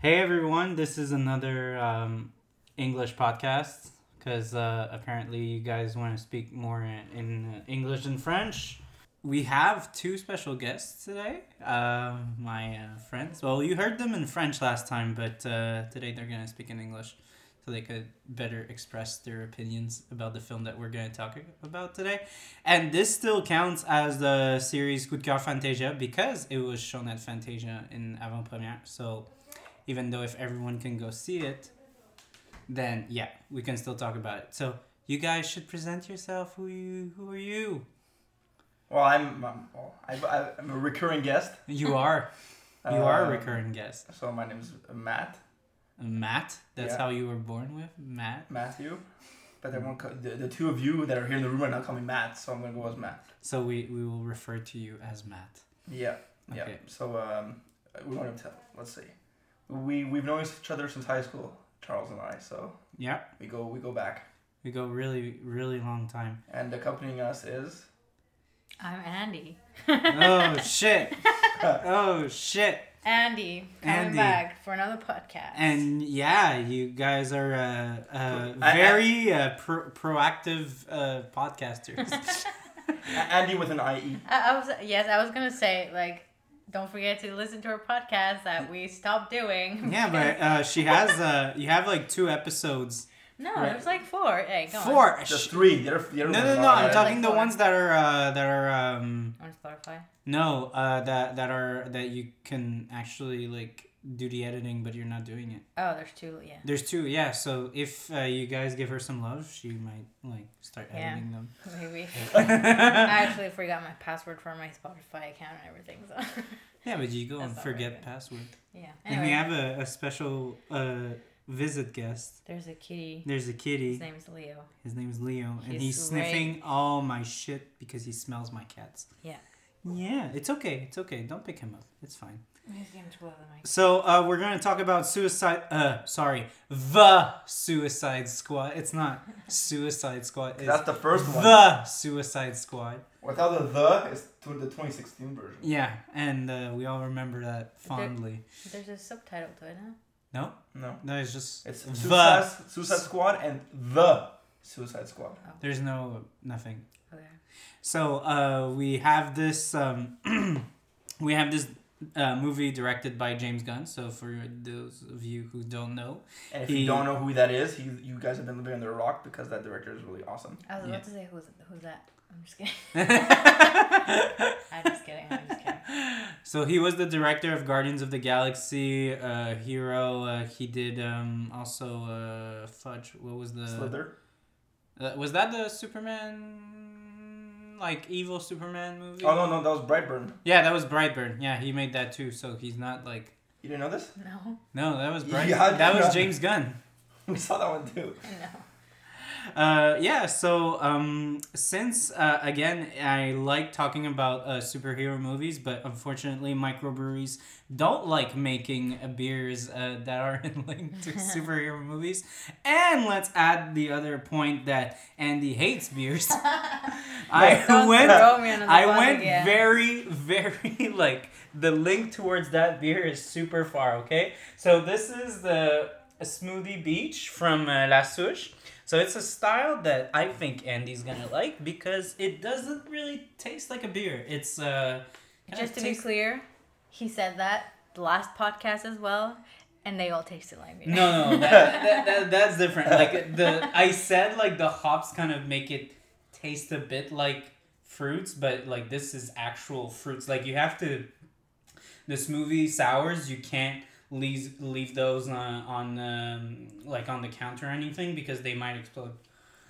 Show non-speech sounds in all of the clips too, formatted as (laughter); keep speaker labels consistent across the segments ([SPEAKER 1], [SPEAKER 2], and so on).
[SPEAKER 1] Hey everyone, this is another um, English podcast because uh, apparently you guys want to speak more in, in uh, English and French. We have two special guests today, uh, my uh, friends. Well, you heard them in French last time, but uh, today they're going to speak in English so they could better express their opinions about the film that we're going to talk about today. And this still counts as the series Coup de Coeur Fantasia because it was shown at Fantasia in avant-première. So even though if everyone can go see it, then yeah, we can still talk about it. So you guys should present yourself. Who you? Who are
[SPEAKER 2] (laughs)
[SPEAKER 1] you?
[SPEAKER 2] Well, I'm um, well, I, I, I'm a recurring guest.
[SPEAKER 1] You are. You are a
[SPEAKER 2] Um,
[SPEAKER 1] recurring guest.
[SPEAKER 2] So my name is Matt
[SPEAKER 1] Matt. That's
[SPEAKER 2] yeah.
[SPEAKER 1] how you were born with Matt.
[SPEAKER 2] Matthew, but everyone ca- the, the two of you that are here in the room are now calling me Matt, so I'm gonna go as Matt.
[SPEAKER 1] So we we will refer to you as Matt.
[SPEAKER 2] Yeah, yeah.
[SPEAKER 1] Okay.
[SPEAKER 2] So um, we want to tell. Let's see, we we've known each other since high school, Charles and I. So
[SPEAKER 1] Yeah,
[SPEAKER 2] we go we go back,
[SPEAKER 1] we go really really long
[SPEAKER 2] (laughs)
[SPEAKER 1] time.
[SPEAKER 2] and accompanying us is
[SPEAKER 3] I'm Andy.
[SPEAKER 1] Oh
[SPEAKER 2] (laughs)
[SPEAKER 1] shit! Oh shit!
[SPEAKER 3] Andy, coming
[SPEAKER 1] Andy.
[SPEAKER 3] back for another podcast.
[SPEAKER 1] And yeah, you guys are uh, uh,
[SPEAKER 2] I- I-
[SPEAKER 1] very uh, pro- proactive uh,
[SPEAKER 2] (laughs)
[SPEAKER 1] podcasters.
[SPEAKER 2] A- Andy with an E. IE.
[SPEAKER 3] I, I was yes, I was gonna say like, don't forget to listen to our podcast that we stopped doing.
[SPEAKER 1] (laughs) Yeah, but uh, she has. Uh, you have like two episodes.
[SPEAKER 3] no,
[SPEAKER 1] right.
[SPEAKER 3] it was like four. Hey, go on.
[SPEAKER 1] Four.
[SPEAKER 2] Just
[SPEAKER 1] Sh-
[SPEAKER 2] three. The other, the other
[SPEAKER 1] No,
[SPEAKER 2] one's
[SPEAKER 1] no, no.
[SPEAKER 2] not,
[SPEAKER 1] I'm
[SPEAKER 2] right?
[SPEAKER 1] talking
[SPEAKER 3] Like
[SPEAKER 1] the
[SPEAKER 3] four.
[SPEAKER 1] ones that are uh, that are um
[SPEAKER 3] on Spotify.
[SPEAKER 1] no uh that that are that you can actually like do the editing, but you're not doing it.
[SPEAKER 3] Oh, there's two. Yeah.
[SPEAKER 1] There's two, yeah. So if uh, you guys give her some love, she might like start
[SPEAKER 3] Yeah.
[SPEAKER 1] editing them. (laughs)
[SPEAKER 3] Maybe. (laughs) I
[SPEAKER 1] yeah,
[SPEAKER 3] actually forgot my password for my Spotify account and everything. So. (laughs)
[SPEAKER 1] but you go
[SPEAKER 3] That's
[SPEAKER 1] and
[SPEAKER 3] not
[SPEAKER 1] forget
[SPEAKER 3] very good.
[SPEAKER 1] password.
[SPEAKER 3] yeah.
[SPEAKER 1] And we
[SPEAKER 3] Anyway,
[SPEAKER 1] have a, a special uh visit guest.
[SPEAKER 3] there's a kitty.
[SPEAKER 1] There's a kitty.
[SPEAKER 3] His name is Leo.
[SPEAKER 1] His name is Leo, and he's
[SPEAKER 3] He's
[SPEAKER 1] sniffing all my shit because he smells my cats.
[SPEAKER 3] Yeah.
[SPEAKER 1] Yeah, it's okay. It's okay. Don't pick him up. It's fine.
[SPEAKER 3] He's getting to love the mic.
[SPEAKER 1] So uh, we're gonna talk about suicide. Uh, sorry, the Suicide Squad. It's not Suicide Squad. It's
[SPEAKER 2] That's the first one.
[SPEAKER 1] the Suicide Squad.
[SPEAKER 2] Without the the, it's to the 2016 version.
[SPEAKER 1] Yeah, and uh, we all remember that fondly.
[SPEAKER 3] There's a subtitle to it, huh?
[SPEAKER 1] No,
[SPEAKER 2] No,
[SPEAKER 1] no, it's just
[SPEAKER 2] it's
[SPEAKER 1] the.
[SPEAKER 2] Suicide, Suicide Squad and the Suicide Squad.
[SPEAKER 1] There's no nothing.
[SPEAKER 3] Oh, Okay.
[SPEAKER 1] So uh, we have this um, (clears throat) we have this uh, movie directed by James Gunn. So for those of you who don't know, (laughs)
[SPEAKER 2] And if
[SPEAKER 1] He-
[SPEAKER 2] you don't know who that is, he, you guys have been living under a rock because that director is really awesome.
[SPEAKER 3] I was about
[SPEAKER 1] Yeah.
[SPEAKER 3] to say who's who's that. I'm just kidding.
[SPEAKER 1] (laughs) so
[SPEAKER 3] I'm just kidding. (laughs) I'm just (laughs) kidding.
[SPEAKER 1] he was the director of Guardians of the Galaxy, uh, Hero. Uh, he did um, also uh, Fudge. What was the
[SPEAKER 2] Slither.
[SPEAKER 1] Uh, was that the Superman like evil Superman movie?
[SPEAKER 2] Oh no, no, that was Brightburn.
[SPEAKER 1] Yeah, that was Brightburn. Yeah, he made that too. So he's not like
[SPEAKER 2] You didn't know this? (laughs)
[SPEAKER 3] No,
[SPEAKER 1] no, that was Bright.
[SPEAKER 2] Yeah,
[SPEAKER 1] that was
[SPEAKER 2] no.
[SPEAKER 1] James Gunn.
[SPEAKER 2] We saw that one too.
[SPEAKER 3] no.
[SPEAKER 1] Uh, yeah, so um, since uh, again, I like talking about uh, superhero movies, but unfortunately, microbreweries don't like making uh, beers uh, that are (laughs) linked
[SPEAKER 3] (laughs)
[SPEAKER 1] to superhero movies. And let's add the other point that Andy hates beers.
[SPEAKER 3] (laughs)
[SPEAKER 1] I
[SPEAKER 3] Don't
[SPEAKER 1] went,
[SPEAKER 3] throw me under the
[SPEAKER 1] I
[SPEAKER 3] bus
[SPEAKER 1] went
[SPEAKER 3] again.
[SPEAKER 1] very, (laughs) very like the link towards that beer is super far. Okay, so this is the smoothie beach from uh, La Souche. So it's a style that I think Andy's gonna like because it doesn't really taste like a beer. It's uh, kinda
[SPEAKER 3] Just to be
[SPEAKER 1] tastes-
[SPEAKER 3] clear, he said that the last podcast as well, and they all tasted like me.
[SPEAKER 1] No, no, that, that, that, that's different. Like the I said, like the hops kind of make it taste a bit like fruits, but like this is actual fruits. Like you have to the smoothie sours. You can't leave leave those on on um, like on the counter or anything because they might explode.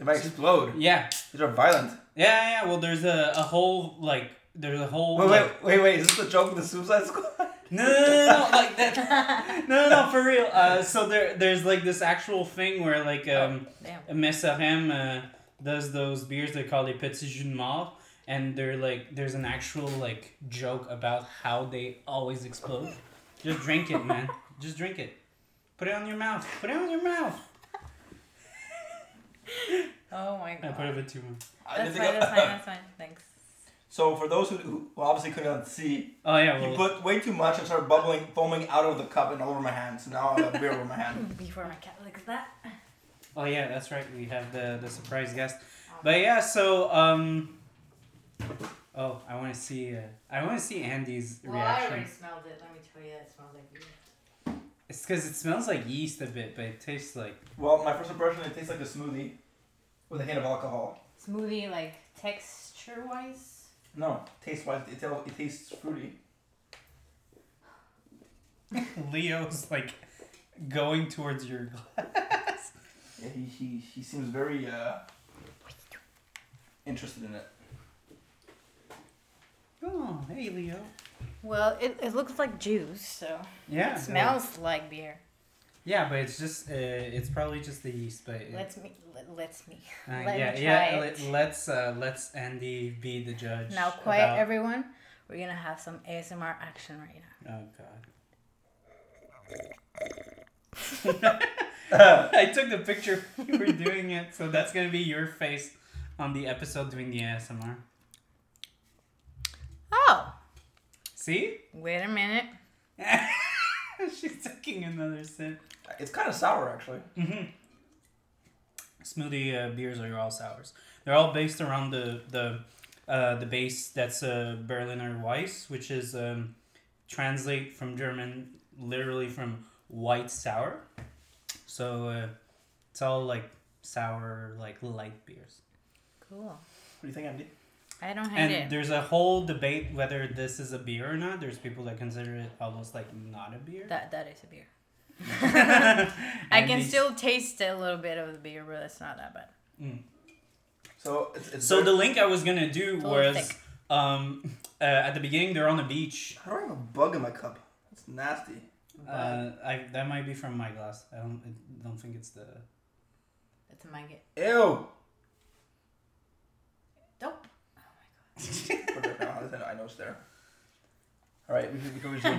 [SPEAKER 2] It might explode.
[SPEAKER 1] Yeah,
[SPEAKER 2] These are violent.
[SPEAKER 1] yeah, yeah. Well, there's a, a whole like there's a whole
[SPEAKER 2] Wait,
[SPEAKER 1] like,
[SPEAKER 2] wait, wait, wait. Is this a joke with the Suicide Squad? (laughs)
[SPEAKER 1] No, no, no, no, no, like that. No, no, no, for real. Uh, so there, there's like this actual thing where like um,
[SPEAKER 3] (laughs) Damn.
[SPEAKER 1] MSRM uh, does those beers. They call it Petit Jus de Mort, and they're like, there's an actual like joke about how they always explode. Just drink it, man. Just drink it. Put it on your mouth. Put it on your mouth.
[SPEAKER 3] Oh my
[SPEAKER 1] I
[SPEAKER 3] god.
[SPEAKER 1] put a bit too much.
[SPEAKER 2] I
[SPEAKER 3] That's
[SPEAKER 2] didn't
[SPEAKER 3] fine,
[SPEAKER 2] think
[SPEAKER 3] that's
[SPEAKER 2] I-
[SPEAKER 3] fine, that's fine. Thanks.
[SPEAKER 2] (laughs) so for those who, who obviously could not see,
[SPEAKER 1] Oh yeah, well,
[SPEAKER 2] you put way too much and started bubbling, foaming out of the cup and all over my hand. So now I have beer over my (laughs) hand.
[SPEAKER 3] Before my cat licks
[SPEAKER 1] (laughs)
[SPEAKER 3] that.
[SPEAKER 1] oh yeah, that's right. We have the the surprise guest. But yeah, so um. Oh, I want to see. Uh, I want to see Andy's
[SPEAKER 4] Well, I
[SPEAKER 1] reaction.
[SPEAKER 4] already smelled it. Let me tell you, that it smells like you.
[SPEAKER 1] It's because it smells like yeast a bit, but it tastes like. (laughs)
[SPEAKER 2] Well, my first impression, it tastes like a smoothie with a hint of alcohol.
[SPEAKER 4] Smoothie, like texture wise.
[SPEAKER 2] No, taste wise, it, tell- it tastes fruity.
[SPEAKER 1] Leo's like going towards your glass.
[SPEAKER 2] Yeah, he, he, he seems very uh, interested in it.
[SPEAKER 1] Oh, hey Leo.
[SPEAKER 3] Well, it, it looks like juice, so
[SPEAKER 1] Yeah.
[SPEAKER 3] it
[SPEAKER 1] well,
[SPEAKER 3] smells like beer.
[SPEAKER 1] yeah, but it's just uh, it's probably just the yeast, but it,
[SPEAKER 3] Let's me let- let's me.
[SPEAKER 1] uh,
[SPEAKER 3] let
[SPEAKER 1] yeah,
[SPEAKER 3] me
[SPEAKER 1] yeah.
[SPEAKER 3] try
[SPEAKER 1] let-
[SPEAKER 3] it.
[SPEAKER 1] Let's uh, let's Andy be the judge.
[SPEAKER 3] Now quiet
[SPEAKER 1] about-
[SPEAKER 3] everyone. We're gonna have some ASMR action right now.
[SPEAKER 1] Oh oh,
[SPEAKER 3] (laughs)
[SPEAKER 1] god. (laughs) I took the picture (laughs) when you were doing it, so that's gonna be your face on the episode doing the ASMR.
[SPEAKER 3] Oh,
[SPEAKER 1] See? (laughs)
[SPEAKER 3] wait a minute.
[SPEAKER 1] She's taking another sip.
[SPEAKER 2] It's kind of sour, actually.
[SPEAKER 1] hmm Smoothie uh, beers are all sours. They're all based around the the uh, the base that's uh, Berliner Weiss, which is um, translate from German literally from white sour. So uh, it's all like sour, like light beers.
[SPEAKER 3] Cool.
[SPEAKER 2] What do you think, Andy?
[SPEAKER 3] I don't hate
[SPEAKER 1] And
[SPEAKER 3] it.
[SPEAKER 1] there's a whole debate whether this is a beer or not. There's people that consider it almost like not a beer. (laughs)
[SPEAKER 3] That (laughs) that is a beer. I
[SPEAKER 1] And
[SPEAKER 3] can
[SPEAKER 1] these-
[SPEAKER 3] still taste a little bit of the beer, but it's not that bad.
[SPEAKER 2] So it's, it's
[SPEAKER 1] So
[SPEAKER 2] very-
[SPEAKER 1] the link I was gonna do
[SPEAKER 3] Full
[SPEAKER 1] was
[SPEAKER 3] thick.
[SPEAKER 1] um (laughs) uh, at the beginning they're on the beach.
[SPEAKER 2] I don't have a bug in my cup. That's nasty.
[SPEAKER 1] Uh, I that might be from my glass. I don't I don't think it's the.
[SPEAKER 4] That's a maggot.
[SPEAKER 2] Ew.
[SPEAKER 1] (laughs)
[SPEAKER 4] Dope.
[SPEAKER 2] Put it down. I know it's there. All right, we can, we can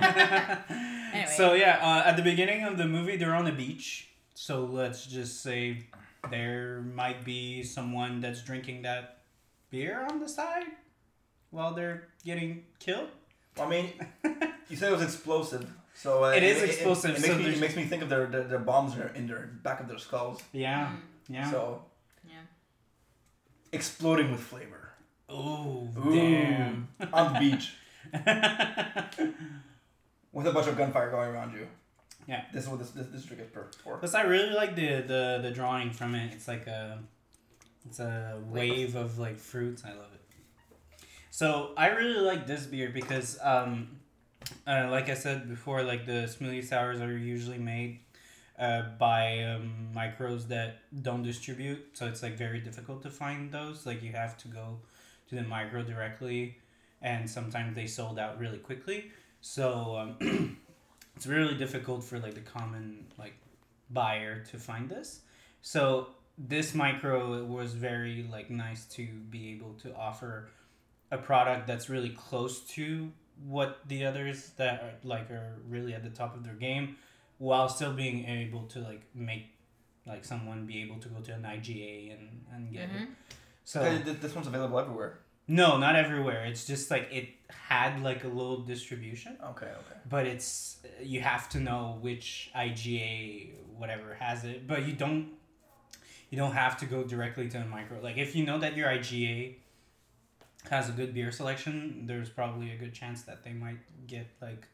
[SPEAKER 1] (laughs)
[SPEAKER 2] resume.
[SPEAKER 3] Anyway,
[SPEAKER 1] So yeah, uh, at the beginning of the movie they're on the beach. So let's just say there might be someone that's drinking that beer on the side while they're getting killed.
[SPEAKER 2] I mean, you said it was explosive, so uh,
[SPEAKER 1] It is explosive,
[SPEAKER 2] It,
[SPEAKER 1] so
[SPEAKER 2] makes, me,
[SPEAKER 1] there's-
[SPEAKER 2] it makes me think of their, their, their bombs in their, in their back of their skulls.
[SPEAKER 1] Yeah, yeah.
[SPEAKER 2] So
[SPEAKER 4] Yeah.
[SPEAKER 2] exploding with flavor
[SPEAKER 1] oh
[SPEAKER 2] Ooh.
[SPEAKER 1] damn.
[SPEAKER 2] on the beach (laughs) with a bunch of gunfire going around you.
[SPEAKER 1] Yeah.
[SPEAKER 2] this is what this this, this drink is per- for.
[SPEAKER 1] Plus, I really like the, the the drawing from it. It's like a it's a wave of like fruits. I love it. So I really like this beer because, um, uh, like I said before, like the smoothie sours are usually made uh, by um, micros that don't distribute, so it's like very difficult to find those. Like you have to go to the micro directly, and sometimes they sold out really quickly. So um, (clears throat) it's really difficult for like the common like buyer to find this. So this micro was very like nice to be able to offer a product that's really close to what the others that are like are really at the top of their game while still being able to like make like someone be able to go to an IGA and, and get it. So
[SPEAKER 2] Okay, th- this one's available everywhere.
[SPEAKER 1] no, not everywhere. It's just like it had like a little distribution,
[SPEAKER 2] Okay, okay.
[SPEAKER 1] but it's you have to know which IGA whatever has it, but you don't you don't have to go directly to a micro. Like if you know that your IGA has a good beer selection, there's probably a good chance that they might get like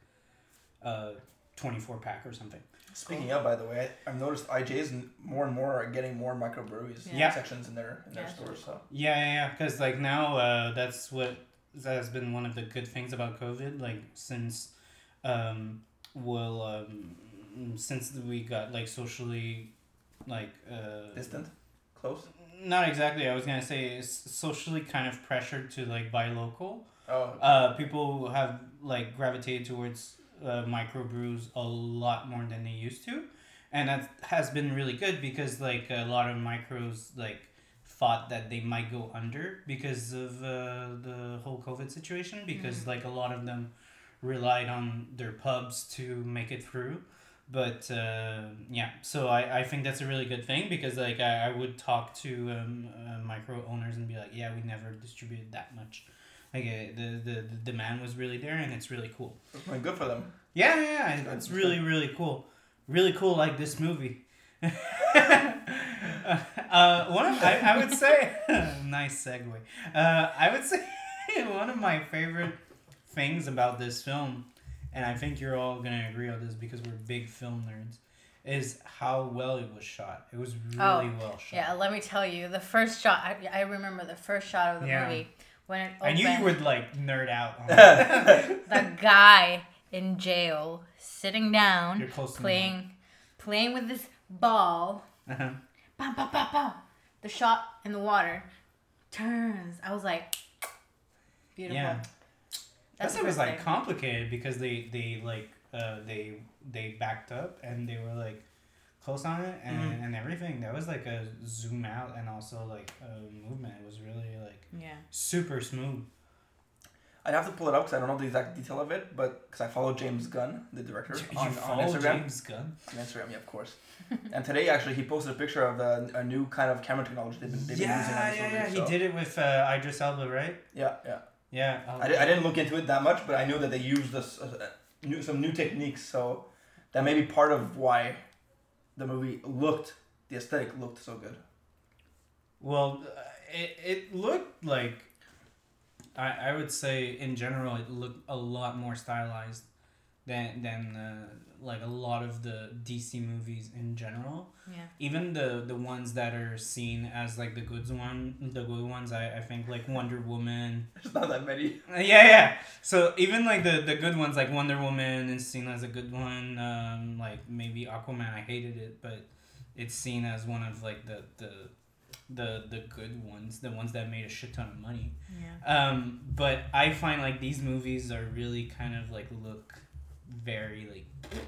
[SPEAKER 1] a 24 pack or something.
[SPEAKER 2] Speaking of, by the way, I, I've noticed IJs n- more and more are getting more microbreweries
[SPEAKER 1] Yeah.
[SPEAKER 2] sections in their in their
[SPEAKER 4] Yeah.
[SPEAKER 2] stores. So
[SPEAKER 1] Yeah, yeah, yeah. Because like now, uh, that's what that has been one of the good things about COVID. Like since, um, well, um, since we got like socially, like uh,
[SPEAKER 2] distant, close.
[SPEAKER 1] not exactly. I was gonna say s- socially kind of pressured to like buy local.
[SPEAKER 2] Oh,
[SPEAKER 1] Uh, people have like gravitated towards uh, microbrews a lot more than they used to, and that has been really good because like a lot of micros like thought that they might go under because of uh, the whole COVID situation because like a lot of them relied on their pubs to make it through but uh, yeah so I, I think that's a really good thing because like i, I would talk to um, uh, micro owners and be like yeah we never distributed that much like uh, the, the the demand was really there and it's really cool
[SPEAKER 2] It's been good for them.
[SPEAKER 1] yeah yeah, yeah
[SPEAKER 2] good,
[SPEAKER 1] it's
[SPEAKER 2] it's
[SPEAKER 1] really really cool really cool like this movie (laughs) uh, one of, I, I would say (laughs) nice segue uh, i would say (laughs) one of my favorite things about this film and I think you're all gonna agree on this because we're big film nerds, is how well it was shot. It was really
[SPEAKER 3] Oh,
[SPEAKER 1] well shot.
[SPEAKER 3] Yeah, let me tell you, the first shot, I, I remember the first shot of the
[SPEAKER 1] Yeah.
[SPEAKER 3] movie when it
[SPEAKER 1] I
[SPEAKER 3] opened,
[SPEAKER 1] knew you would like nerd out.
[SPEAKER 3] (laughs)
[SPEAKER 1] On that. (laughs)
[SPEAKER 3] the guy in jail sitting
[SPEAKER 1] You're
[SPEAKER 3] down,
[SPEAKER 1] close to me.
[SPEAKER 3] playing, playing with this ball,
[SPEAKER 1] Mm-hmm. Uh-huh.
[SPEAKER 3] bam, bam, bam, bam. The shot in the water turns. I was like, beautiful.
[SPEAKER 1] Yeah,
[SPEAKER 3] That's
[SPEAKER 1] that's
[SPEAKER 3] the
[SPEAKER 1] it was
[SPEAKER 3] first
[SPEAKER 1] like
[SPEAKER 3] thing.
[SPEAKER 1] complicated because they they like uh, they they backed up and they were like close on it and, and everything. That was like a zoom out and also like a movement. It was really like
[SPEAKER 5] Yeah.
[SPEAKER 1] super smooth.
[SPEAKER 2] I'd have to pull it up because I don't know the exact detail of it, but because I follow James Gunn, the director,
[SPEAKER 1] (laughs) You
[SPEAKER 2] on, on
[SPEAKER 1] follow
[SPEAKER 2] Instagram.
[SPEAKER 1] James Gunn.
[SPEAKER 2] On Instagram, yeah, of course. (laughs) and today, actually, he posted a picture of a, a new kind of camera technology they've been, they've been using on
[SPEAKER 1] Yeah,
[SPEAKER 2] this
[SPEAKER 1] yeah,
[SPEAKER 2] movie,
[SPEAKER 1] yeah. He
[SPEAKER 2] so-
[SPEAKER 1] did it with uh, Idris Elba, right?
[SPEAKER 2] Yeah, yeah.
[SPEAKER 1] Yeah. oh,
[SPEAKER 2] I, di- I didn't look into it that much, but I knew that they used this, uh, uh, new, some new techniques, so that may be part of why the movie looked, the aesthetic looked so good. (laughs)
[SPEAKER 1] Well, uh, it, it looked like I, I would say in general it looked a lot more stylized than than uh, like a lot of the DC movies in general.
[SPEAKER 3] Yeah.
[SPEAKER 1] Even the the ones that are seen as like the good one, the good ones. I, I think like Wonder Woman.
[SPEAKER 2] There's not that many.
[SPEAKER 1] Uh, (laughs) Yeah, yeah. So even like the the good ones, like Wonder Woman, is seen as a good one. Um, like maybe Aquaman, I hated it, but it's seen as one of like the the the the good ones, the ones that made a shit ton of money.
[SPEAKER 3] Yeah.
[SPEAKER 1] Um, but I find like these movies are really kind of like look very like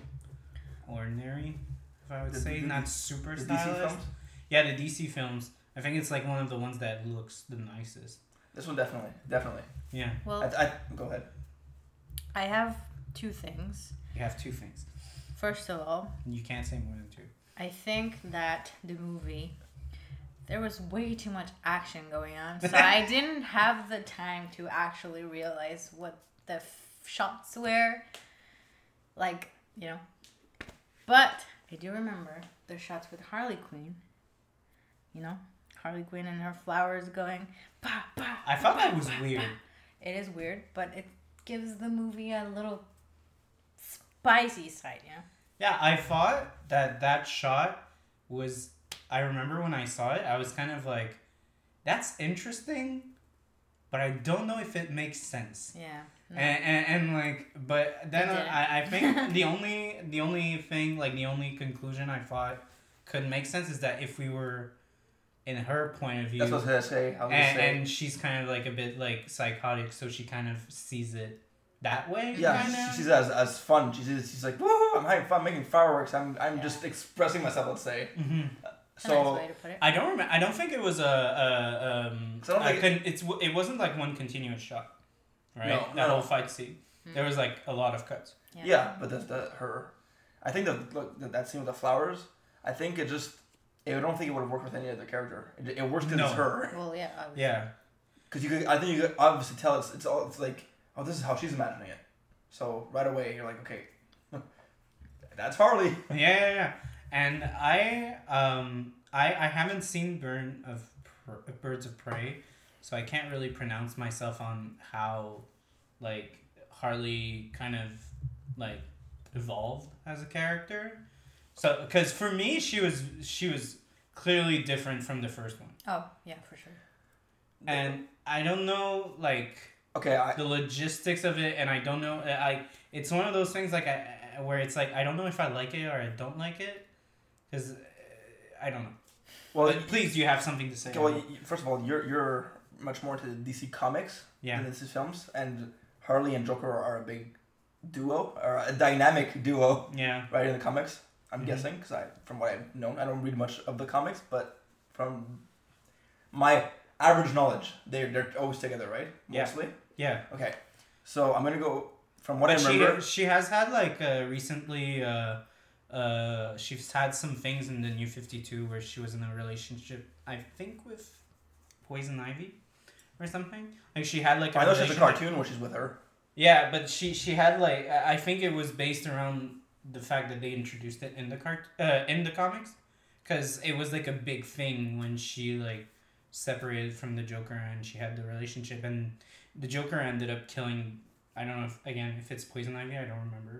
[SPEAKER 1] ordinary. If I would
[SPEAKER 2] The-
[SPEAKER 1] say
[SPEAKER 2] the-
[SPEAKER 1] not super
[SPEAKER 2] The DC
[SPEAKER 1] stylized.
[SPEAKER 2] films.
[SPEAKER 1] Yeah, the DC films. I think it's like one of the ones that looks the nicest.
[SPEAKER 2] This one definitely, definitely.
[SPEAKER 1] Yeah,
[SPEAKER 2] I,
[SPEAKER 3] Well,
[SPEAKER 2] I, go ahead.
[SPEAKER 3] I have two things.
[SPEAKER 1] you have two things.
[SPEAKER 3] First of all,
[SPEAKER 1] You can't say more than two.
[SPEAKER 3] I think that the movie there was way too much action going on, so
[SPEAKER 1] (laughs)
[SPEAKER 3] I didn't have the time to actually realize what the f- shots were, like you know. But I do remember the shots with Harley Quinn. You know, Harley Quinn and her flowers going. Bah, bah,
[SPEAKER 1] I thought that was
[SPEAKER 3] bah,
[SPEAKER 1] weird.
[SPEAKER 3] bah. It is weird, but it gives the movie a little spicy side. Yeah.
[SPEAKER 1] Yeah, I thought that that shot was. I remember when I saw it, I was kind of like, "That's interesting," but I don't know if it makes sense.
[SPEAKER 3] Yeah. No.
[SPEAKER 1] And, and, and like, but then
[SPEAKER 3] Mm. It didn't.
[SPEAKER 1] I, I
[SPEAKER 3] (laughs)
[SPEAKER 1] think the only the only thing like the only conclusion I thought could make sense is that if we were in her point of view,
[SPEAKER 2] That's what I was gonna say. I was gonna
[SPEAKER 1] and,
[SPEAKER 2] say.
[SPEAKER 1] and she's kind of like a bit like psychotic, so she kind of sees it that way.
[SPEAKER 2] yeah,
[SPEAKER 1] kind
[SPEAKER 2] she- she's as, as fun. She's, she's like, woohoo, I'm having fun making fireworks. I'm, I'm
[SPEAKER 3] Yeah.
[SPEAKER 2] just expressing myself, let's say.
[SPEAKER 1] hmm
[SPEAKER 3] That's a nice
[SPEAKER 2] So,
[SPEAKER 3] way to put it.
[SPEAKER 1] I don't remember. I don't think it was a. a um,
[SPEAKER 2] So I don't
[SPEAKER 1] I
[SPEAKER 2] think
[SPEAKER 1] couldn't- it's it wasn't like one continuous shot, right?
[SPEAKER 2] No,
[SPEAKER 1] that
[SPEAKER 2] no.
[SPEAKER 1] whole fight scene. There was like a lot of cuts.
[SPEAKER 2] yeah, but that's the, her. I think that look, that- that scene with the flowers, I think it just, I don't think it would have worked with any other character. It, it works because
[SPEAKER 1] No.
[SPEAKER 2] it's her.
[SPEAKER 3] Well, yeah. I was-
[SPEAKER 1] Yeah,
[SPEAKER 2] Because you could, I think you could obviously tell it's, it's all, it's like, oh, this is how she's imagining it. So, right away, you're like, okay, (laughs) that's Harley.
[SPEAKER 1] yeah, yeah. yeah. And I um I I haven't seen Burn of Pr- Birds of Prey, so I can't really pronounce myself on how, like Harley kind of like evolved as a character. So because for me she was she was clearly different from the first one.
[SPEAKER 3] Oh, yeah, for sure.
[SPEAKER 1] and I don't know like
[SPEAKER 2] okay, I,
[SPEAKER 1] the logistics of it, and I don't know. I it's one of those things like I, I- where it's like I don't know if I like it or I don't like it, because I don't know.
[SPEAKER 2] well,
[SPEAKER 1] but please, you have something to say?
[SPEAKER 2] Okay, well, y y- first of all, you're you're much more into the DC comics
[SPEAKER 1] Yeah.
[SPEAKER 2] than DC films, and Harley and Joker are a big duo or a dynamic duo,
[SPEAKER 1] yeah,
[SPEAKER 2] right? In the comics, I'm
[SPEAKER 1] Mhm.
[SPEAKER 2] guessing, because I, from what I've known, I don't read much of the comics, but from my average knowledge, they're they're always together, right?
[SPEAKER 1] Yeah.
[SPEAKER 2] Mostly.
[SPEAKER 1] yeah.
[SPEAKER 2] Okay, so I'm gonna go from what
[SPEAKER 1] But
[SPEAKER 2] I
[SPEAKER 1] she
[SPEAKER 2] remember.
[SPEAKER 1] she has had like uh, recently uh, Uh, she's had some things in the New Fifty Two where she was in a relationship, I think, with Poison Ivy or something. Like she had like
[SPEAKER 2] I know she has a
[SPEAKER 1] relationship-
[SPEAKER 2] cartoon where she's with her.
[SPEAKER 1] Yeah, but she she had like I I think it was based around the fact that they introduced it in the cart uh, in the comics, because it was like a big thing when she like separated from the Joker and she had the relationship and the Joker ended up killing. I don't know if again if it's poison ivy. I don't remember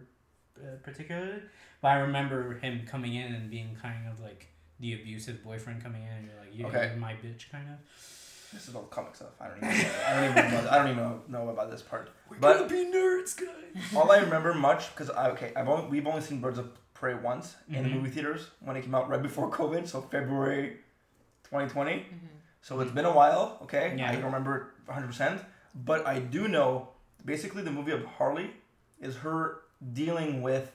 [SPEAKER 1] uh, particularly, but I remember him coming in and being kind of like the abusive boyfriend coming in and you're like, yeah,
[SPEAKER 2] Okay.
[SPEAKER 1] you're my bitch, kind of.
[SPEAKER 2] This is all comic stuff. I don't even. I don't even. Know, I don't even know about this part.
[SPEAKER 1] We're
[SPEAKER 2] But-
[SPEAKER 1] gonna be nerds, guys.
[SPEAKER 2] all I remember much because I okay, I've only, we've only seen Birds of Prey once in the
[SPEAKER 1] Mhm.
[SPEAKER 2] movie theaters when it came out right before COVID, so February 2020. So it's been a while. Okay,
[SPEAKER 1] Yeah.
[SPEAKER 2] I don't remember it 100, percent but I do know basically the movie of Harley is her dealing with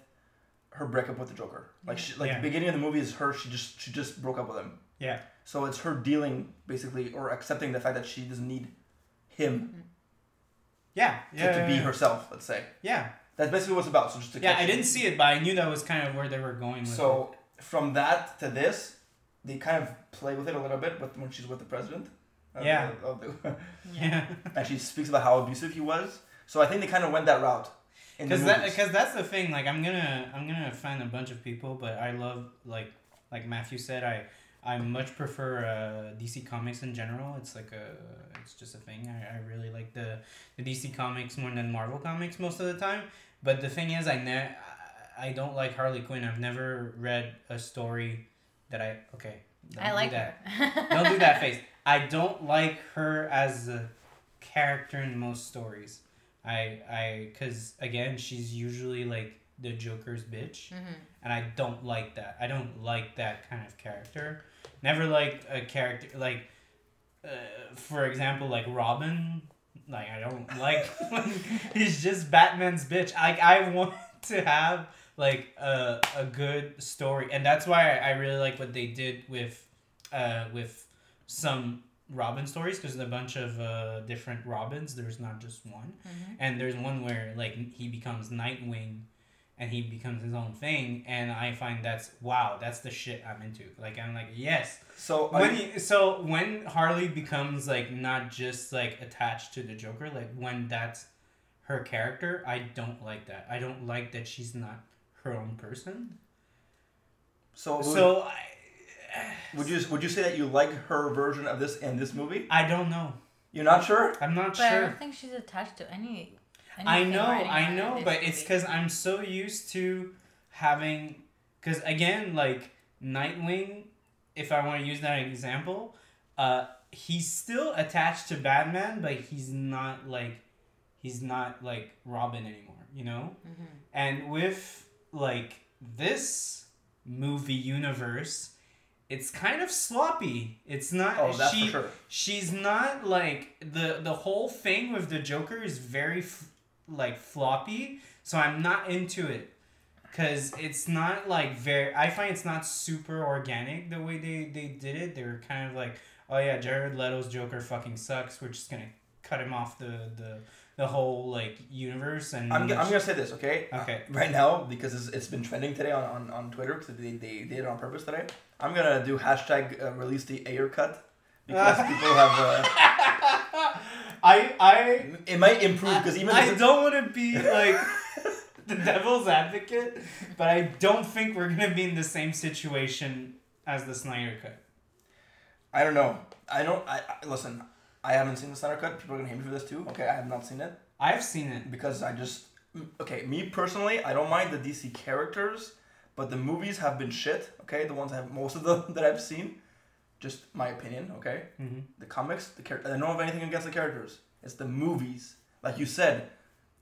[SPEAKER 2] her breakup with the Joker. Like she, like
[SPEAKER 1] Yeah.
[SPEAKER 2] the beginning of the movie is her. She just she just broke up with him.
[SPEAKER 1] Yeah.
[SPEAKER 2] So it's her dealing basically or accepting the fact that she doesn't need him
[SPEAKER 1] Yeah,
[SPEAKER 2] to,
[SPEAKER 1] yeah,
[SPEAKER 2] to
[SPEAKER 1] yeah,
[SPEAKER 2] be
[SPEAKER 1] yeah.
[SPEAKER 2] herself. Let's say
[SPEAKER 1] Yeah,
[SPEAKER 2] that's basically what it's about. So just to
[SPEAKER 1] yeah.
[SPEAKER 2] catch
[SPEAKER 1] I
[SPEAKER 2] you-
[SPEAKER 1] didn't see it, but I knew that was kind of where they were going. With
[SPEAKER 2] So from that to this, they kind of play with it a little bit with when she's with the president. of the-
[SPEAKER 1] Yeah.
[SPEAKER 2] of the-
[SPEAKER 3] Mm-hmm.
[SPEAKER 1] it. yeah,
[SPEAKER 2] and she speaks about how abusive he was. So I think they kind of went that route. in the
[SPEAKER 1] because that
[SPEAKER 2] movies.
[SPEAKER 1] because that's the thing. Like I'm gonna I'm gonna offend a bunch of people, but I love like like Matthew said. I I much prefer uh, DC Comics in general. It's like a it's just a thing. I, I really like the the DC Comics more than Marvel Comics most of the time. But the thing is, I ne- I don't like Harley Quinn. I've never read a story that I okay. don't
[SPEAKER 3] I
[SPEAKER 1] do
[SPEAKER 3] like
[SPEAKER 1] that.
[SPEAKER 3] her.
[SPEAKER 1] Don't do
[SPEAKER 3] (laughs)
[SPEAKER 1] that face. I don't like her as a character in most stories. I I cuz again, she's usually like the Joker's bitch
[SPEAKER 3] Mhm.
[SPEAKER 1] and I don't like that. I don't like that kind of character. Never liked a character like uh, for example like Robin. Like I don't like (laughs) he's just Batman's bitch. Like I want to have like a a good story, and that's why I, I really like what they did with uh with some Robin stories because there's a bunch of uh, different Robins. There's not just one, and there's one where like he becomes Nightwing, and he becomes his own thing, and I find that's wow, that's the shit I'm into. Like I'm like yes.
[SPEAKER 2] so I-
[SPEAKER 1] When you, so when Harley becomes like not just like attached to the Joker, like when that's her character, I don't like that. I don't like that she's not her own person.
[SPEAKER 2] so, would,
[SPEAKER 1] So I,
[SPEAKER 2] would you would you say that you like her version of this in this movie?
[SPEAKER 1] I don't know.
[SPEAKER 2] You're not sure.
[SPEAKER 1] I'm not
[SPEAKER 3] But I
[SPEAKER 1] sure.
[SPEAKER 3] don't think she's attached to any.
[SPEAKER 1] I
[SPEAKER 3] anything
[SPEAKER 1] know,
[SPEAKER 3] or
[SPEAKER 1] I
[SPEAKER 3] anyone in
[SPEAKER 1] know,
[SPEAKER 3] this
[SPEAKER 1] but it's
[SPEAKER 3] movie.
[SPEAKER 1] because I'm so used to having. Because again, like Nightwing, if I want to use that example, uh, he's still attached to Batman, but he's not like, he's not like Robin anymore, you know. And with like this movie universe, it's kind of sloppy. It's not.
[SPEAKER 2] Oh, that's
[SPEAKER 1] she,
[SPEAKER 2] for sure.
[SPEAKER 1] she's not like the the whole thing with the joker is very f- like floppy so i'm not into it because it's not like very i find it's not super organic the way they they did it they were kind of like oh yeah jared leto's joker fucking sucks we're just gonna cut him off the the the whole like universe and
[SPEAKER 2] I'm, g- I'm gonna say this, okay?
[SPEAKER 1] Okay. (laughs)
[SPEAKER 2] Uh, right now, because it's, it's been trending today on, on, on Twitter, because they, they did it on purpose today. I'm gonna do hashtag uh, release the air cut because
[SPEAKER 1] (laughs)
[SPEAKER 2] people have. Uh,
[SPEAKER 1] i i
[SPEAKER 2] it might improve because even
[SPEAKER 1] I
[SPEAKER 2] if it's-
[SPEAKER 1] don't want to be like the devil's advocate, but I don't think we're gonna be in the same situation as the Snyder Cut.
[SPEAKER 2] I don't know. I don't. I, I listen. I haven't seen the Snyder Cut. People are gonna hate me for this too. Okay, I have not seen it
[SPEAKER 1] I've seen it.
[SPEAKER 2] because I just. mm, Okay, me personally, I don't mind the DC characters, but the movies have been shit. Okay, the ones I have most of them (laughs) that I've seen, just my opinion. Okay,
[SPEAKER 1] Mhm.
[SPEAKER 2] the comics, the character. I don't have anything against the characters. It's the movies, like you said.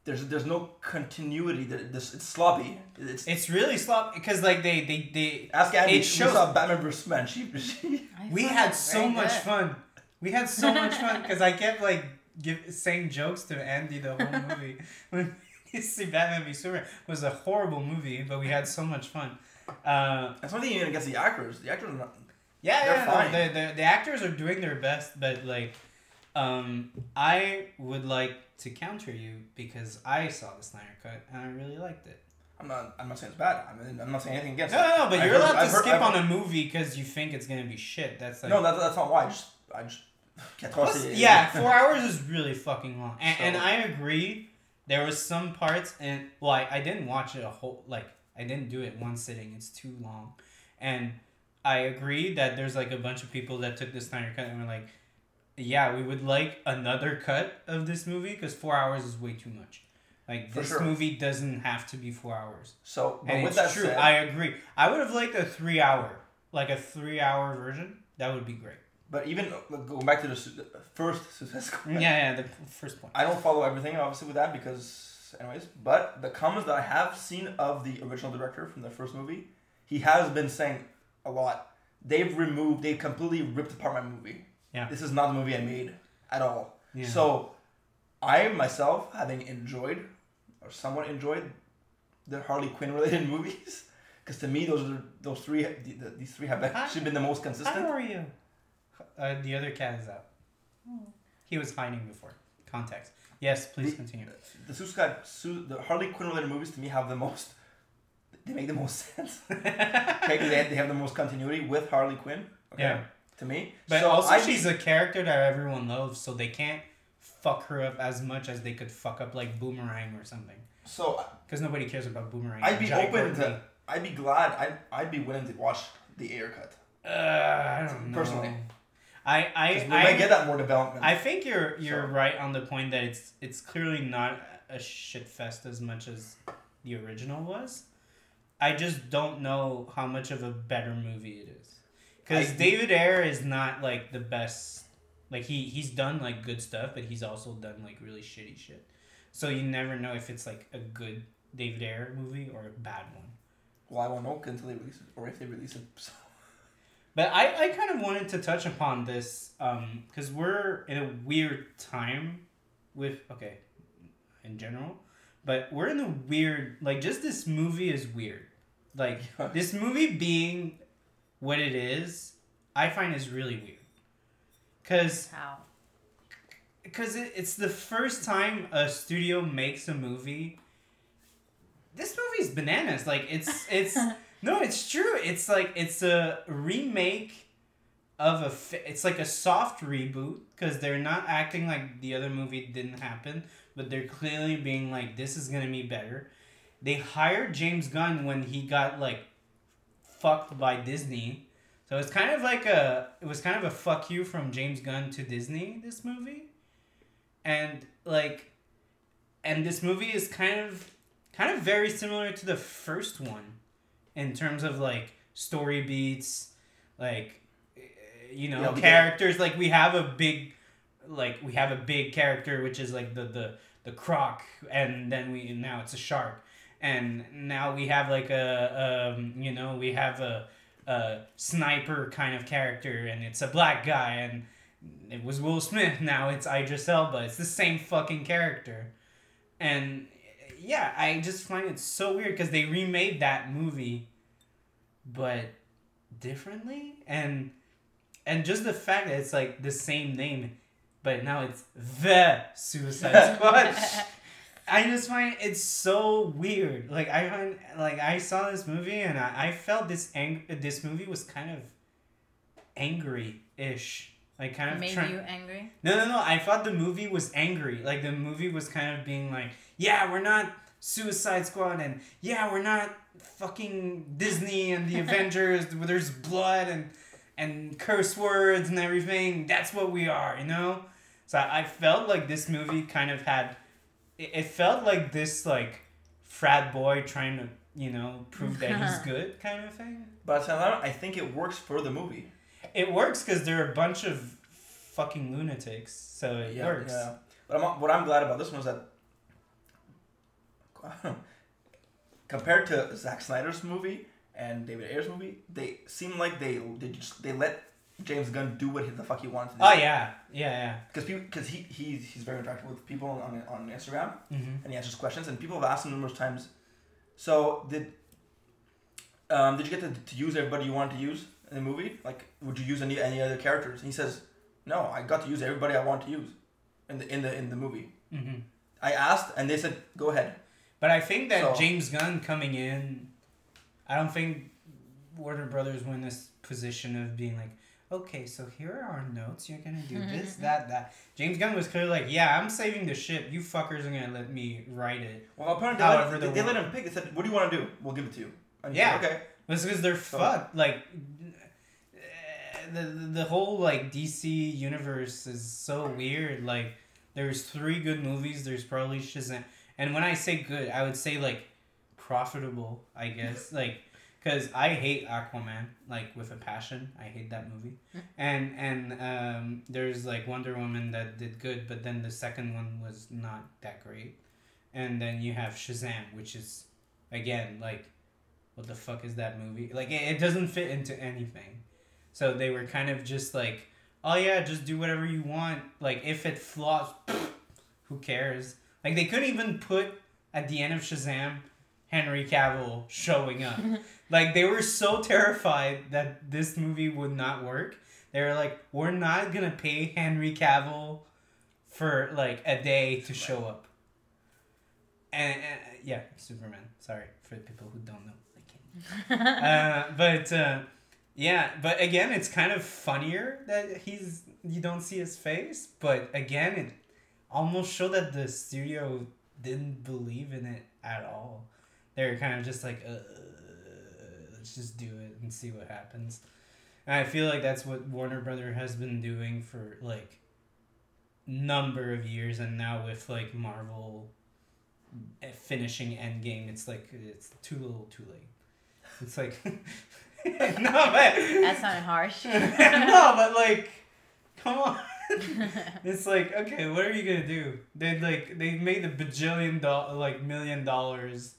[SPEAKER 2] There's there's no continuity. There- This it's sloppy. It's
[SPEAKER 1] It's really sloppy because like they they they.
[SPEAKER 2] ask Abby.
[SPEAKER 1] it
[SPEAKER 2] she
[SPEAKER 1] shows-
[SPEAKER 2] saw Batman vs Superman. She, (laughs) she
[SPEAKER 3] I
[SPEAKER 1] We
[SPEAKER 3] thought it
[SPEAKER 1] had
[SPEAKER 3] was
[SPEAKER 1] so
[SPEAKER 3] very
[SPEAKER 1] much
[SPEAKER 3] good.
[SPEAKER 1] fun. We had so much fun because I kept like give, saying jokes to Andy the whole movie. when you (laughs) see Batman v Superman it was a horrible movie, but we had so much fun. Uh,
[SPEAKER 2] that's one thing even against the actors. The actors are not.
[SPEAKER 1] Yeah,
[SPEAKER 2] They're
[SPEAKER 1] yeah, no,
[SPEAKER 2] fine.
[SPEAKER 1] The, the, the actors are doing their best, but like, um, I would like to counter you because I saw the Snyder Cut and I really liked it.
[SPEAKER 2] I'm not. I'm not saying it's bad. I mean, I'm not saying anything against
[SPEAKER 1] No, no,
[SPEAKER 2] it.
[SPEAKER 1] no, but
[SPEAKER 2] I've
[SPEAKER 1] you're
[SPEAKER 2] heard-
[SPEAKER 1] allowed
[SPEAKER 2] I've
[SPEAKER 1] to
[SPEAKER 2] heard-
[SPEAKER 1] skip
[SPEAKER 2] I've-
[SPEAKER 1] on a movie because you think it's gonna be shit. That's like
[SPEAKER 2] No, that, that's not why. I just, I just. Can't
[SPEAKER 1] Plus,
[SPEAKER 2] trust it.
[SPEAKER 1] yeah,
[SPEAKER 2] (laughs)
[SPEAKER 1] four hours is really fucking long. And, and
[SPEAKER 2] So-
[SPEAKER 1] I agree. There was some parts, and well, I, I didn't watch it a whole like I didn't do it one sitting. It's too long, and I agree that there's like a bunch of people that took the Snyder cut and were like, yeah, we would like another cut of this movie because four hours is way too much. Like
[SPEAKER 2] For
[SPEAKER 1] this
[SPEAKER 2] sure.
[SPEAKER 1] movie doesn't have to be four hours.
[SPEAKER 2] So, but
[SPEAKER 1] And
[SPEAKER 2] with
[SPEAKER 1] it's
[SPEAKER 2] that
[SPEAKER 1] true.
[SPEAKER 2] said,
[SPEAKER 1] I agree. I would have liked a three hour, like a three hour version. That would be great.
[SPEAKER 2] but even uh, going back to the su- the first Suicide Squad, (laughs)
[SPEAKER 1] Yeah, yeah. The first point.
[SPEAKER 2] I don't follow everything obviously with that because, anyways. But the comments that I have seen of the original director from the first movie, he has been saying a lot. They've removed. They completely ripped apart my movie.
[SPEAKER 1] Yeah.
[SPEAKER 2] This is not the movie I made at all.
[SPEAKER 1] Yeah.
[SPEAKER 2] So, I myself, having enjoyed or somewhat enjoyed the Harley Quinn related (laughs) movies, because to me those are those three th- th- these three have actually been the most
[SPEAKER 1] How
[SPEAKER 2] consistent.
[SPEAKER 1] are you? Hmm. Uh, the other cat is out. He was hiding before. Context. Yes, please
[SPEAKER 2] The-
[SPEAKER 1] continue.
[SPEAKER 2] The Suicide Su- the Harley Quinn related movies to me have the most. They make the most (laughs) sense. okay, 'cause they, they have the most continuity with Harley Quinn. Okay,
[SPEAKER 1] Yeah.
[SPEAKER 2] To me,
[SPEAKER 1] But
[SPEAKER 2] So
[SPEAKER 1] also,
[SPEAKER 2] I-
[SPEAKER 1] she's a character that everyone loves, so they can't fuck her up as much as they could fuck up like Boomerang or something.
[SPEAKER 2] so
[SPEAKER 1] Because nobody cares about Boomerang.
[SPEAKER 2] I'd
[SPEAKER 1] and
[SPEAKER 2] be
[SPEAKER 1] Jack
[SPEAKER 2] open
[SPEAKER 1] Burton.
[SPEAKER 2] to. I'd be glad. I'd, I'd be willing to watch the air cut.
[SPEAKER 1] Uh, I don't know.
[SPEAKER 2] Personally.
[SPEAKER 1] I I
[SPEAKER 2] 'Cause we
[SPEAKER 1] I,
[SPEAKER 2] might get that more development.
[SPEAKER 1] I think you're you're
[SPEAKER 2] So-
[SPEAKER 1] right on the point that it's it's clearly not a shit fest as much as the original was. I just don't know how much of a better movie it is. Cuz
[SPEAKER 2] I-
[SPEAKER 1] David Ayer is not like the best like he he's done like good stuff but he's also done like really shitty shit. So you never know if it's like a good David Ayer movie or a bad one.
[SPEAKER 2] well, I won't know until they release it, or if they release it. (laughs) So.
[SPEAKER 1] But I, I kind of wanted to touch upon this because we're in a weird time with, okay, in general, but we're in a weird, like, just this movie is weird. Like,
[SPEAKER 2] Yeah.
[SPEAKER 1] this movie being what it is, I find is really weird. Because (laughs)
[SPEAKER 3] How?
[SPEAKER 1] because it, it's the first time a studio makes a movie. This movie's bananas. Like it's it's no, it's true. It's like it's a remake of a. Fa- it's like a soft reboot because they're not acting like the other movie didn't happen, but they're clearly being like this is gonna be better. They hired James Gunn when he got like fucked by Disney. So it's kind of like a it was kind of a fuck you from James Gunn to Disney this movie and like and this movie is kind of kind of very similar to the first one in terms of like story beats like eh, you know
[SPEAKER 2] Yeah, we-
[SPEAKER 1] characters like we have a big like we have a big character which is like the the the croc and then we and now it's a shark and now we have like a um, you know we have a, a sniper kind of character and it's a black guy and it was Will Smith. Now it's Idris Elba. It's the same fucking character, and uh, yeah, I just find it so weird because they remade that movie, but differently, and and just the fact that it's like the same name, but now it's the Suicide Squad. I just find it's so weird. Like I find like I saw this movie and I, I felt this ang- this movie was kind of angry ish. Like kind of
[SPEAKER 3] (laughs) Made
[SPEAKER 1] try-
[SPEAKER 3] you
[SPEAKER 1] (laughs)
[SPEAKER 3] angry?
[SPEAKER 1] no, no, no. I thought the movie was angry. Like the movie was kind of being like, yeah, we're not Suicide Squad, and yeah, we're not fucking Disney and the Avengers where there's blood and and curse words and everything. That's what we are, you know. So I I felt like this movie kind of had. It it felt like this like frat boy trying to you know prove that he's good kind of thing.
[SPEAKER 2] But at the same time, I think it works for the movie.
[SPEAKER 1] It works because they're a bunch of fucking lunatics, so it works.
[SPEAKER 2] But I'm, what I'm glad about this one is that (laughs) compared to Zack Snyder's movie and David Ayer's movie, they seem like they they just they let James Gunn do what he- the fuck he wanted to do.
[SPEAKER 1] Oh yeah, yeah,
[SPEAKER 2] Because because he he's, he's very interactive with people on on Instagram
[SPEAKER 1] yeah. Mm-hmm.
[SPEAKER 2] and he answers questions and people have asked him numerous times. So did um, did you get to, to use everybody you wanted to use in the movie? Like, would you use any any other characters? And he says, No, I got to use everybody I want to use in the in the in the movie.
[SPEAKER 1] Mm-hmm.
[SPEAKER 2] I asked, and they said, "Go ahead."
[SPEAKER 1] But I think that
[SPEAKER 2] So-
[SPEAKER 1] James Gunn coming in, I don't think Warner Brothers were in this position of being like, okay, so here are our notes. You're gonna do this, that, that. James Gunn was clearly like, yeah, I'm saving the ship. You fuckers are gonna let me write it.
[SPEAKER 2] Well, apparently
[SPEAKER 1] However, the
[SPEAKER 2] they, let, they
[SPEAKER 1] world-
[SPEAKER 2] let him pick. They said, "What do you want to do? We'll give it to you." And he
[SPEAKER 1] Yeah.
[SPEAKER 2] said, okay.
[SPEAKER 1] That's because they're
[SPEAKER 2] So-
[SPEAKER 1] fucked. Like. eh, The, the, the whole like DC universe is so weird. Like, there's three good movies. There's probably Shazam. And when I say good, I would say like profitable, I guess. like cuz I hate Aquaman like with a passion. I hate that movie. And and um there's like Wonder Woman that did good, but then the second one was not that great. And then you have Shazam, which is again like what the fuck is that movie? Like it, it doesn't fit into anything. So they were kind of just like, "Oh yeah, just do whatever you want. Like if it flops, (sniffs) who cares?" Like they couldn't even put at the end of Shazam, Henry Cavill showing up. like they were so terrified that this movie would not work. They were like, we're not gonna pay Henry Cavill for like a day to show up. And, and yeah, Superman. Sorry for the people who don't know. Like, uh, but uh, yeah, but again, it's kind of funnier that he's you don't see his face, but again, it almost showed that the studio didn't believe in it at all. They were kind of just like, uh, let's just do it and see what happens. And I feel like that's what Warner Brother has been doing for like number of years, and now with like Marvel eh, finishing Endgame, it's like it's too little, too late. It's like (laughs) no, but
[SPEAKER 3] That's not harsh.
[SPEAKER 1] (laughs) no, but like, come on. (laughs) it's like, okay, what are you gonna do? They like they made a bajillion dollar, like million dollars,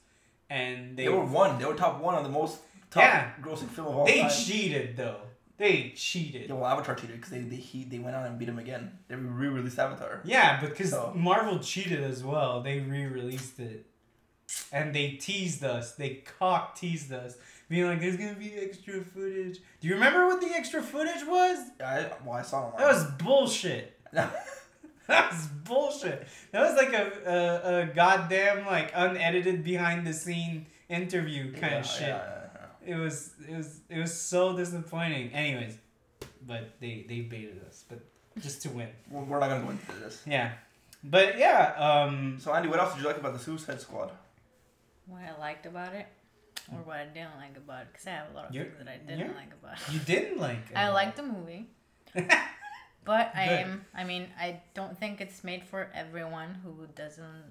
[SPEAKER 1] and
[SPEAKER 2] They,
[SPEAKER 1] they
[SPEAKER 2] were one. They were top one on the most top
[SPEAKER 1] Yeah.
[SPEAKER 2] grossing film of all
[SPEAKER 1] they
[SPEAKER 2] time.
[SPEAKER 1] cheated though. They cheated.
[SPEAKER 2] yeah, well, Avatar cheated because they they, he, they went on and beat him again. They re-released Avatar.
[SPEAKER 1] Yeah, because
[SPEAKER 2] So-
[SPEAKER 1] Marvel cheated as well. They re-released it, and they teased us. They cock teased us, being like, "There's gonna be extra footage." Do you remember what the extra footage was?
[SPEAKER 2] I, well, I saw him.
[SPEAKER 1] That was bullshit. (laughs)
[SPEAKER 2] was
[SPEAKER 1] That was bullshit. That was like a, a, a goddamn like unedited behind the scene interview kind of shit. It was it was it was so disappointing. Anyways, but they they baited us, but just to win. (laughs)
[SPEAKER 2] We're we're not gonna go into this.
[SPEAKER 1] Yeah, but yeah. Um,
[SPEAKER 2] So Andy, what else did you like about the Suicide Squad?
[SPEAKER 3] (laughs) what I liked about it, or what I didn't like about it, because I have a lot of
[SPEAKER 1] You're-
[SPEAKER 3] things that I didn't
[SPEAKER 1] you're-
[SPEAKER 3] like about it.
[SPEAKER 1] you didn't like. uh, it.
[SPEAKER 3] I like
[SPEAKER 2] (laughs)
[SPEAKER 3] the movie. but I
[SPEAKER 1] Good.
[SPEAKER 3] am I mean, I don't think it's made for everyone who doesn't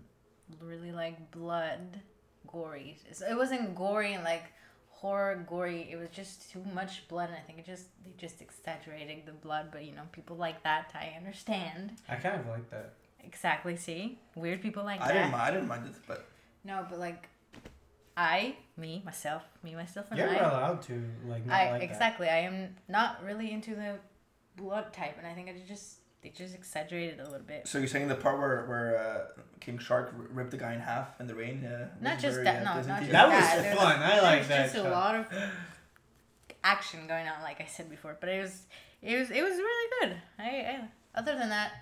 [SPEAKER 3] really like blood gory. It's- It wasn't gory like horror gory. It was just too much blood and I think it just they just exaggerated the blood, but you know, people like that, I understand.
[SPEAKER 1] I kind of like that.
[SPEAKER 3] Exactly, see? Weird people like
[SPEAKER 2] I
[SPEAKER 3] that.
[SPEAKER 2] didn't. mi- I didn't mind it, but
[SPEAKER 3] No, but like I, me, myself, me, myself and
[SPEAKER 1] You're
[SPEAKER 3] I
[SPEAKER 1] not allowed to like. Not
[SPEAKER 3] I
[SPEAKER 1] like that.
[SPEAKER 3] exactly. I am not really into the blood type, and I think I just they just exaggerated a little bit.
[SPEAKER 2] so you're saying the part where where uh, King Shark r- ripped the guy in half in the rain? Uh, was
[SPEAKER 3] Not just
[SPEAKER 2] very,
[SPEAKER 3] that.
[SPEAKER 2] uh,
[SPEAKER 3] No, not
[SPEAKER 2] pleasant to
[SPEAKER 3] just
[SPEAKER 2] you?
[SPEAKER 1] That was
[SPEAKER 3] that. There's-
[SPEAKER 1] fun. I like
[SPEAKER 3] there's
[SPEAKER 1] that
[SPEAKER 3] Just a
[SPEAKER 1] shot. (laughs)
[SPEAKER 3] lot of action going on, like I said before. But it was it was it was really good. I, I other than that,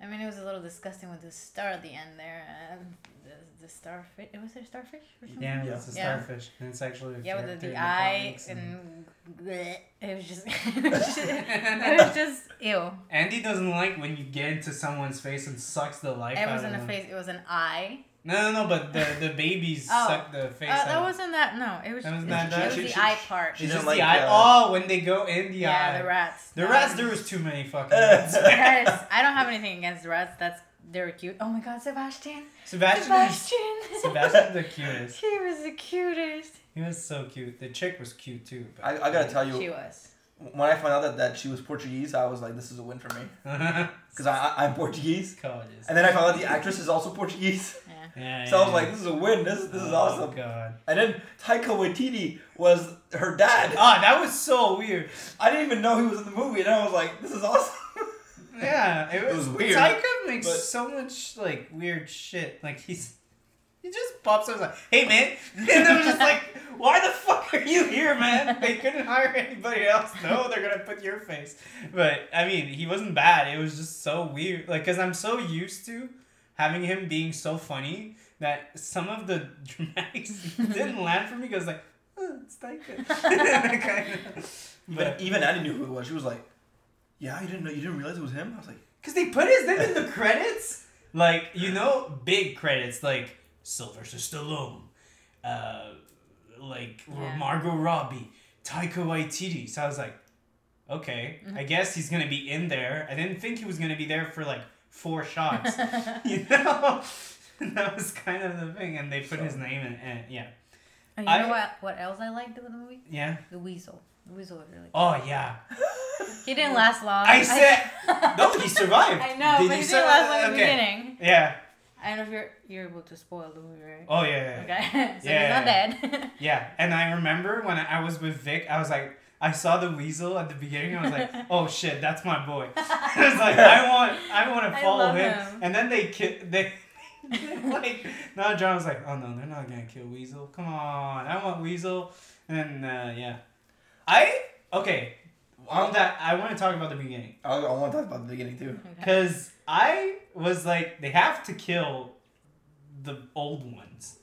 [SPEAKER 3] I mean, it was a little disgusting with the star at the end there. Um, the, the starfish. Was it a starfish or something?
[SPEAKER 1] Yeah, it's a
[SPEAKER 3] Yeah.
[SPEAKER 1] starfish, and it's actually a
[SPEAKER 3] Yeah, with
[SPEAKER 1] character
[SPEAKER 3] the,
[SPEAKER 1] in
[SPEAKER 3] the
[SPEAKER 1] the
[SPEAKER 3] eye
[SPEAKER 1] comics
[SPEAKER 3] and bleh. (laughs) it was just it
[SPEAKER 1] (laughs)
[SPEAKER 3] was just, it was just ew.
[SPEAKER 1] Andy doesn't like when you get into someone's face and sucks the life
[SPEAKER 3] It
[SPEAKER 1] out
[SPEAKER 3] wasn't
[SPEAKER 1] of
[SPEAKER 3] a
[SPEAKER 1] them.
[SPEAKER 3] face. It was an eye.
[SPEAKER 1] No, no, no, but the, the babies
[SPEAKER 3] (laughs) Oh.
[SPEAKER 1] suck the face
[SPEAKER 3] Uh,
[SPEAKER 1] out.
[SPEAKER 3] that wasn't that. No, it was.
[SPEAKER 1] That wasn't
[SPEAKER 3] it,
[SPEAKER 1] that bad?
[SPEAKER 3] was
[SPEAKER 1] She-
[SPEAKER 3] the
[SPEAKER 2] she-
[SPEAKER 3] eye part.
[SPEAKER 2] she-
[SPEAKER 1] it's just
[SPEAKER 2] didn't
[SPEAKER 1] the
[SPEAKER 2] like,
[SPEAKER 1] eye.
[SPEAKER 2] uh,
[SPEAKER 1] oh, when they go in the
[SPEAKER 3] yeah,
[SPEAKER 1] eye.
[SPEAKER 3] the rats.
[SPEAKER 1] The
[SPEAKER 3] No.
[SPEAKER 1] rats,
[SPEAKER 3] (laughs)
[SPEAKER 1] there was too many fucking
[SPEAKER 2] (laughs)
[SPEAKER 1] rats.
[SPEAKER 3] Yes, I don't have anything against rats. That's they're cute. Oh my god, Sebastian!
[SPEAKER 1] Sebastian, was,
[SPEAKER 3] Sebastian!
[SPEAKER 1] Sebastian's the cutest.
[SPEAKER 3] (laughs) he was the cutest.
[SPEAKER 1] He was so cute. The chick was cute too. But...
[SPEAKER 2] I, I gotta tell
[SPEAKER 3] She
[SPEAKER 2] you,
[SPEAKER 1] (laughs)
[SPEAKER 3] was.
[SPEAKER 2] when I found out that, that she was Portuguese, I was like, this is a win for me
[SPEAKER 1] (laughs) I.
[SPEAKER 2] because I, I I'm Portuguese.
[SPEAKER 1] Colleges.
[SPEAKER 2] And then I found out the actress is also Portuguese, (laughs)
[SPEAKER 3] Yeah.
[SPEAKER 1] Yeah,
[SPEAKER 2] so I
[SPEAKER 1] yeah,
[SPEAKER 2] was like, this is a win. This this is
[SPEAKER 1] oh,
[SPEAKER 2] awesome.
[SPEAKER 1] God.
[SPEAKER 2] And then Taika Waititi was her dad.
[SPEAKER 1] Ah, that was so weird.
[SPEAKER 2] I didn't even know he was in the movie, and I was like, this is awesome. (laughs)
[SPEAKER 1] Yeah, it
[SPEAKER 2] It
[SPEAKER 1] was,
[SPEAKER 2] was weird,
[SPEAKER 1] Taika makes
[SPEAKER 2] but-
[SPEAKER 1] so much like weird shit. Like he's he just pops up like, "Hey man," (laughs) and I'm just like, "Why the fuck are you here, man?" They couldn't hire anybody else. No, they're gonna put your face. But I mean, he wasn't bad. It was just so weird. Like, cause I'm so used to having him being so funny that some of the (laughs) dramatics didn't land for me because like oh, it's Taika. (laughs) kind of.
[SPEAKER 2] Even,
[SPEAKER 1] But
[SPEAKER 2] even Annie knew who it was. She was like, "Yeah, you didn't know. You didn't realize it was him." I was like,
[SPEAKER 1] because they put his name in the credits, like you know, big credits like Sylvester Stallone, uh, like
[SPEAKER 3] Yeah.
[SPEAKER 1] Margot Robbie, Taika Waititi. So I was like, okay,
[SPEAKER 3] Mm-hmm.
[SPEAKER 1] I guess he's gonna be in there. I didn't think he was gonna be there for like four shots. Oh, (laughs)
[SPEAKER 3] (laughs)
[SPEAKER 1] you know (laughs) that was kind of the thing and they put his name in and yeah
[SPEAKER 3] And Oh, you
[SPEAKER 1] I-
[SPEAKER 3] know what, what else I liked about the movie?
[SPEAKER 1] yeah
[SPEAKER 3] The Weasel. The Weasel was really.
[SPEAKER 1] oh yeah
[SPEAKER 3] He didn't last long. (laughs)
[SPEAKER 1] i said no he survived
[SPEAKER 3] I know, but he
[SPEAKER 1] sur-
[SPEAKER 3] didn't last long in the
[SPEAKER 1] okay.
[SPEAKER 3] beginning.
[SPEAKER 1] yeah
[SPEAKER 3] I don't know if you're you're able to spoil the movie, right?
[SPEAKER 1] oh yeah yeah, yeah.
[SPEAKER 3] Okay, (laughs) so
[SPEAKER 1] Yeah.
[SPEAKER 3] he's not dead. (laughs)
[SPEAKER 1] Yeah. and i remember when i was with vic i was like i saw the weasel at the beginning i was
[SPEAKER 3] (laughs)
[SPEAKER 1] like oh shit that's my boy (laughs) i was like i want i want to
[SPEAKER 3] I
[SPEAKER 1] follow
[SPEAKER 3] love
[SPEAKER 1] him.
[SPEAKER 3] him.
[SPEAKER 1] and then they ki-
[SPEAKER 3] (laughs)
[SPEAKER 1] they (laughs) like now john was like oh no they're not gonna kill weasel come on i want weasel and uh, yeah i okay on that i want to talk about the beginning
[SPEAKER 2] "I, I want to talk about the beginning too."
[SPEAKER 3] okay.
[SPEAKER 1] Because I was like, they have to kill the old ones.